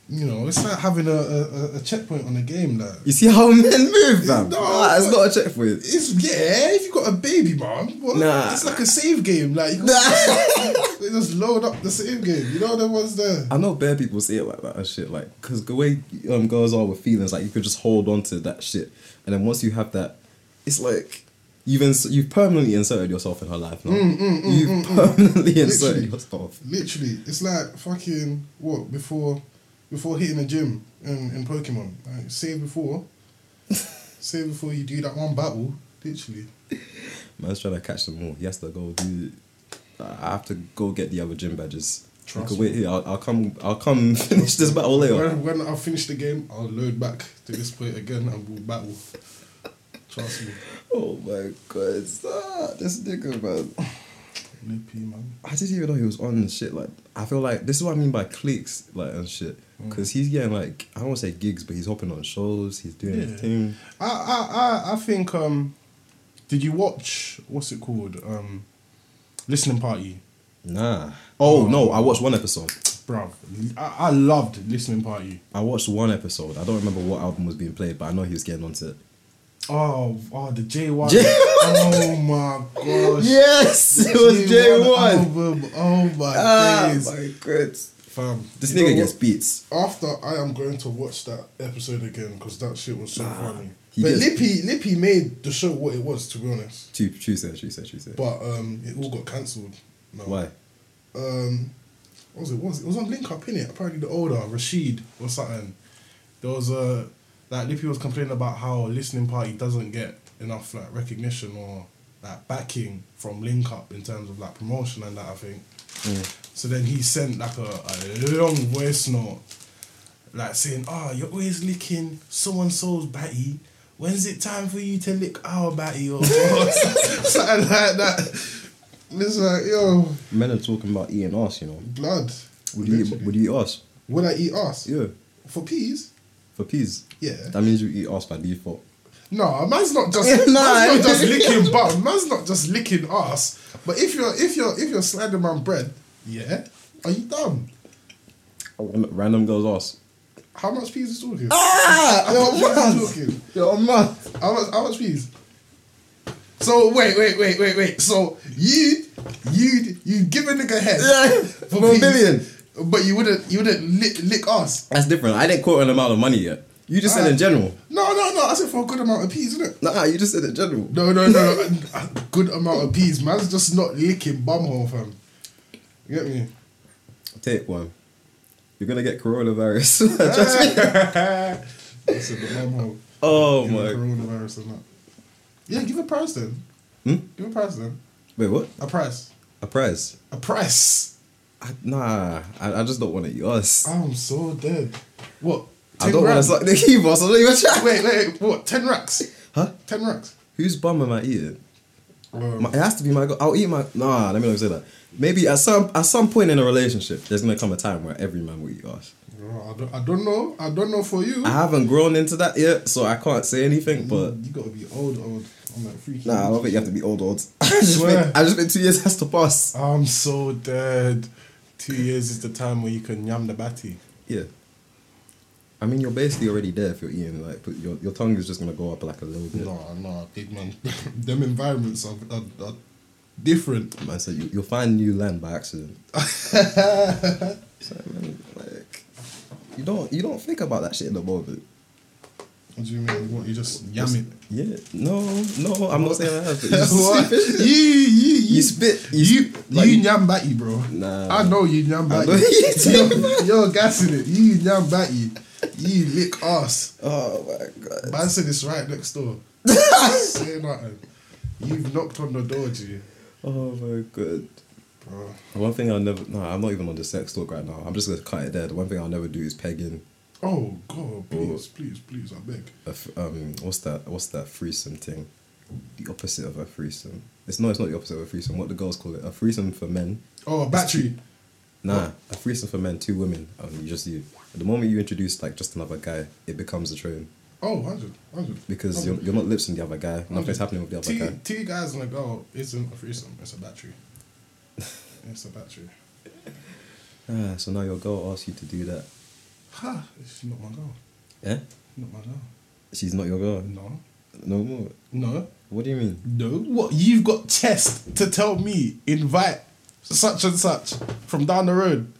[SPEAKER 1] you know, it's like having a, a, a- a checkpoint on a game. Like,
[SPEAKER 2] You see how men move, man.
[SPEAKER 1] No,
[SPEAKER 2] nah, it's not a check for it.
[SPEAKER 1] It's yeah, if you got a baby mom, well,
[SPEAKER 2] Nah.
[SPEAKER 1] it's like a save game. Like you just, you just load up the save game. You know the ones there.
[SPEAKER 2] I know bare people say it like that and shit, like, because the way um, girls are with feelings, like, you could just hold on to that shit. And then once you have that, it's like, you've, ins- you've permanently inserted yourself in her life now.
[SPEAKER 1] Mm,
[SPEAKER 2] you've permanently inserted
[SPEAKER 1] Literally.
[SPEAKER 2] yourself.
[SPEAKER 1] Literally, it's like fucking what before before hitting the gym in, in Pokemon. Like, save before, save before you do that one battle. Literally,
[SPEAKER 2] Man's trying to catch them all. He has to go do. I have to go get the other gym badges.
[SPEAKER 1] Trust
[SPEAKER 2] Okay,
[SPEAKER 1] me.
[SPEAKER 2] wait here. I'll, I'll come. I'll come finish this battle later.
[SPEAKER 1] when, when I finish the game, I'll load back to this point again and we'll battle. Trust me,
[SPEAKER 2] Oh my god! Ah, this nigga man.
[SPEAKER 1] lippy man.
[SPEAKER 2] I didn't even know he was on shit. Like, I feel like this is what I mean by cliques, like and shit. Because he's getting like I don't want to say gigs, but he's hopping on shows. He's doing
[SPEAKER 1] Yeah.
[SPEAKER 2] his thing.
[SPEAKER 1] I, I, I, I think. Um, did you watch what's it called? Um, Listening Party,
[SPEAKER 2] Nah. Oh no! I watched one episode.
[SPEAKER 1] bruv. I, I loved Listening Party.
[SPEAKER 2] I watched one episode. I don't remember what album was being played, but I know he was getting onto it.
[SPEAKER 1] Oh, oh, the J one.
[SPEAKER 2] J-
[SPEAKER 1] oh my gosh.
[SPEAKER 2] Yes, it was J One.
[SPEAKER 1] album. Oh my
[SPEAKER 2] Ah,
[SPEAKER 1] days,
[SPEAKER 2] my god!
[SPEAKER 1] fam.
[SPEAKER 2] This
[SPEAKER 1] You know
[SPEAKER 2] nigga
[SPEAKER 1] what?
[SPEAKER 2] gets beats.
[SPEAKER 1] After I am going to watch that episode again because that shit was so funny.
[SPEAKER 2] Ah, he
[SPEAKER 1] But
[SPEAKER 2] did.
[SPEAKER 1] Lippy, Lippy made the show what it was, to be honest.
[SPEAKER 2] Two, two said, two said, two said.
[SPEAKER 1] But um, it all got cancelled. No.
[SPEAKER 2] Why?
[SPEAKER 1] um, what was it? What was it? it was on Link Up in it. Apparently, the older Rashid or something. There was a like Lippy was complaining about how listening party doesn't get enough like recognition or like backing from Link Up in terms of like promotion and that. I think. So then he sent like a, a long voice note, like saying, "Ah, you're always licking so and so's batty. When's it time for you to lick our batty or something like that?" It's like, yo,
[SPEAKER 2] Men are talking about eating ass, you know.
[SPEAKER 1] blood.
[SPEAKER 2] Would you, eat,
[SPEAKER 1] Literally.
[SPEAKER 2] would you eat ass?
[SPEAKER 1] Would I eat ass?
[SPEAKER 2] Yeah,
[SPEAKER 1] For peas?
[SPEAKER 2] for peas.
[SPEAKER 1] Yeah.
[SPEAKER 2] That means you eat ass by default.
[SPEAKER 1] No, man's not just
[SPEAKER 2] Yeah, nah.
[SPEAKER 1] man's not just licking bum. Man's not just licking ass. But if you're if you're if you're sliding man bread, yeah, are you dumb?
[SPEAKER 2] Random girl's ass.
[SPEAKER 1] How much peas is talking?
[SPEAKER 2] Ah,
[SPEAKER 1] How much peas is talking?
[SPEAKER 2] Yo, man.
[SPEAKER 1] How much how much peas? So wait, wait, wait, wait, wait. So you'd you'd you'd give a nigga head
[SPEAKER 2] Yeah, for a
[SPEAKER 1] peas,
[SPEAKER 2] million.
[SPEAKER 1] But you wouldn't you wouldn't lick, lick ass.
[SPEAKER 2] That's different. I didn't quote an amount of money yet. You just said in
[SPEAKER 1] Ah.
[SPEAKER 2] general.
[SPEAKER 1] No, no, no, I said for a good amount of peas, isn't it?
[SPEAKER 2] Nah, you just said in general.
[SPEAKER 1] No, no, no. A good amount of peas. Man's just not licking bumhole, fam. You get me?
[SPEAKER 2] Take one. You're gonna get coronavirus. Just-
[SPEAKER 1] Listen, the bumhole.
[SPEAKER 2] oh
[SPEAKER 1] Give her
[SPEAKER 2] my.
[SPEAKER 1] coronavirus and that. Yeah, give a price then.
[SPEAKER 2] Hmm?
[SPEAKER 1] Give a price then.
[SPEAKER 2] Wait, what?
[SPEAKER 1] A price.
[SPEAKER 2] A prize?
[SPEAKER 1] A price.
[SPEAKER 2] I, nah, I, I just don't want to eat us.
[SPEAKER 1] I'm so dead. What?
[SPEAKER 2] I don't want
[SPEAKER 1] grand.
[SPEAKER 2] to suck the keyboard, so don't even try.
[SPEAKER 1] Wait, wait, what? Ten racks?
[SPEAKER 2] Huh?
[SPEAKER 1] Ten racks?
[SPEAKER 2] Whose bum am I eating?
[SPEAKER 1] Um,
[SPEAKER 2] My, it has to be my girl. I'll eat my. Nah, let me not say that. Maybe at some at some point in a relationship, there's gonna come a time where every man will eat ass.
[SPEAKER 1] bro, I, don't, I don't know. I don't know for you.
[SPEAKER 2] I haven't grown into that yet, so I can't say anything. But
[SPEAKER 1] you gotta be old, old. I'm like freaky.
[SPEAKER 2] nah, I don't think you have to be old old. I just
[SPEAKER 1] Swear.
[SPEAKER 2] think I just think two years has to pass.
[SPEAKER 1] I'm so dead. Two years is the time where you can yam the batty.
[SPEAKER 2] Yeah. I mean, you're basically already there if you're eating. Like, put your your tongue is just gonna go up like a little bit.
[SPEAKER 1] No, no, big man. Them environments are, are, are different.
[SPEAKER 2] Man, so you, you'll find new land by accident. so, man, like, you don't you don't think about that shit in the moment.
[SPEAKER 1] What do you mean? What you just yam it?
[SPEAKER 2] Yeah, no, no, I'm not saying that. But
[SPEAKER 1] That's what?
[SPEAKER 2] you,
[SPEAKER 1] You, you,
[SPEAKER 2] you
[SPEAKER 1] you,
[SPEAKER 2] spit. You,
[SPEAKER 1] you,
[SPEAKER 2] like-
[SPEAKER 1] you yam batty, bro.
[SPEAKER 2] Nah.
[SPEAKER 1] I know you yam
[SPEAKER 2] I
[SPEAKER 1] batty.
[SPEAKER 2] know you
[SPEAKER 1] You're, you're gassing it. You yam batty. You lick ass.
[SPEAKER 2] Oh my god.
[SPEAKER 1] Man said it's right next door. Say nothing. You've knocked on the door, G.
[SPEAKER 2] Oh my god.
[SPEAKER 1] Bro.
[SPEAKER 2] One thing I'll never. No, I'm not even on the sex talk right now. I'm just gonna cut it there. The one thing I'll never do is pegging.
[SPEAKER 1] Oh, God, please, please, please, I beg.
[SPEAKER 2] A f- um, what's that? What's that threesome thing? The opposite of a threesome. It's no, it's not the opposite of a threesome. What the girls call it? A threesome for men.
[SPEAKER 1] Oh, a battery.
[SPEAKER 2] Nah, a threesome for men, two women, and you just you. The moment you introduce like just another guy, it becomes a train
[SPEAKER 1] Oh, 100, 100.
[SPEAKER 2] because you're, you're not lipsing the other guy. Nothing's happening with the other
[SPEAKER 1] two,
[SPEAKER 2] guy.
[SPEAKER 1] Two guys and a girl isn't a threesome, it's a battery. it's a battery.
[SPEAKER 2] Ah, so now your girl asks you to do that.
[SPEAKER 1] Ha, it's not my girl.
[SPEAKER 2] Eh?
[SPEAKER 1] Not my girl.
[SPEAKER 2] She's not your girl.
[SPEAKER 1] No.
[SPEAKER 2] No more.
[SPEAKER 1] No.
[SPEAKER 2] What do you mean?
[SPEAKER 1] No. What? You've got chest to tell me, invite such and such from down the road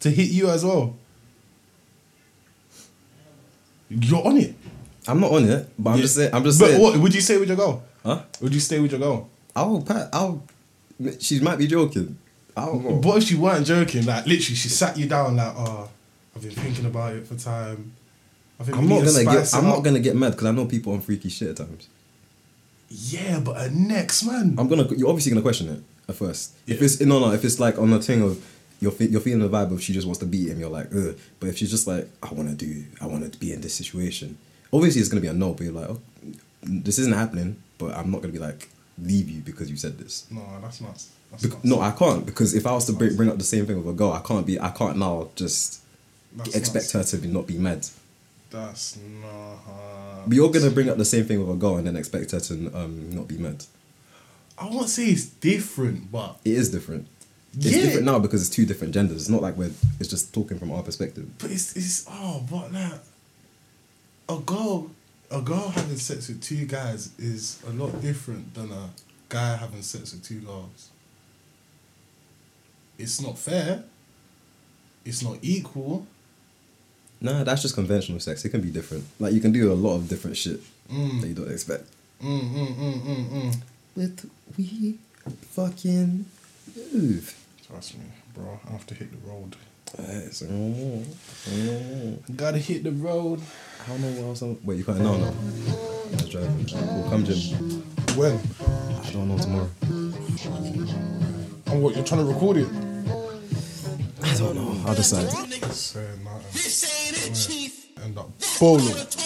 [SPEAKER 1] to hit you as well. You're on it.
[SPEAKER 2] I'm not on it, but I'm just saying. I'm just
[SPEAKER 1] but
[SPEAKER 2] saying.
[SPEAKER 1] what would you say with your girl?
[SPEAKER 2] Huh?
[SPEAKER 1] Would you stay with your girl?
[SPEAKER 2] I'll. pa- I'll. She might be joking. I don't know.
[SPEAKER 1] What if she weren't joking? Like literally, she sat you down. Like, oh, I've been thinking about it for time. I think we
[SPEAKER 2] I'm not
[SPEAKER 1] need to
[SPEAKER 2] gonna
[SPEAKER 1] spice
[SPEAKER 2] get.
[SPEAKER 1] it
[SPEAKER 2] I'm not
[SPEAKER 1] up."
[SPEAKER 2] gonna get mad because I know people on freaky shit at times.
[SPEAKER 1] Yeah, but her next man.
[SPEAKER 2] I'm gonna. You're obviously gonna question it at first. If
[SPEAKER 1] Yeah.
[SPEAKER 2] it's no, no. If it's like on a thing of you're fe- you're feeling the vibe of she just wants to beat him, you're like, Ugh. but if she's just like, I want to do, I want to be in this situation. Obviously, it's gonna be a no. But you're like, oh, this isn't happening. But I'm not gonna be like leave you because you said this.
[SPEAKER 1] no, that's nuts. That's
[SPEAKER 2] Bec-
[SPEAKER 1] nuts.
[SPEAKER 2] no, I can't because if I was to bring, bring up the same thing with a girl, I can't be. I can't now just
[SPEAKER 1] That's
[SPEAKER 2] expect her
[SPEAKER 1] nuts.
[SPEAKER 2] to be, not be mad.
[SPEAKER 1] That's not.
[SPEAKER 2] But you're gonna bring up the same thing with a girl and then expect her to um, not be mad.
[SPEAKER 1] I won't say it's different, but
[SPEAKER 2] It is different. It's
[SPEAKER 1] Yeah.
[SPEAKER 2] different now because it's two different genders. It's not like we're. It's just talking from our perspective.
[SPEAKER 1] but it's it's oh, but nah. A girl, a girl having sex with two guys is a lot different than a guy having sex with two girls. It's not fair. It's not equal.
[SPEAKER 2] Nah, that's just conventional sex. It can be different. Like you can do a lot of different shit that you don't expect.
[SPEAKER 1] Mm, mm, mm, mm, mm.
[SPEAKER 2] With we fucking move.
[SPEAKER 1] Trust me, bro. I have to hit the road.
[SPEAKER 2] Alright, so- I
[SPEAKER 1] Gotta hit the road.
[SPEAKER 2] Mm. don't know what else. I'm, wait, you can't. No, no. I was driving. We'll come, Jim.
[SPEAKER 1] When?
[SPEAKER 2] I don't know tomorrow.
[SPEAKER 1] And what? You're trying to record it?
[SPEAKER 2] I don't know. I'll decide.
[SPEAKER 1] Say nothing.
[SPEAKER 5] This ain't it, chief.
[SPEAKER 1] End up
[SPEAKER 5] That's
[SPEAKER 1] bowling.
[SPEAKER 5] what I'm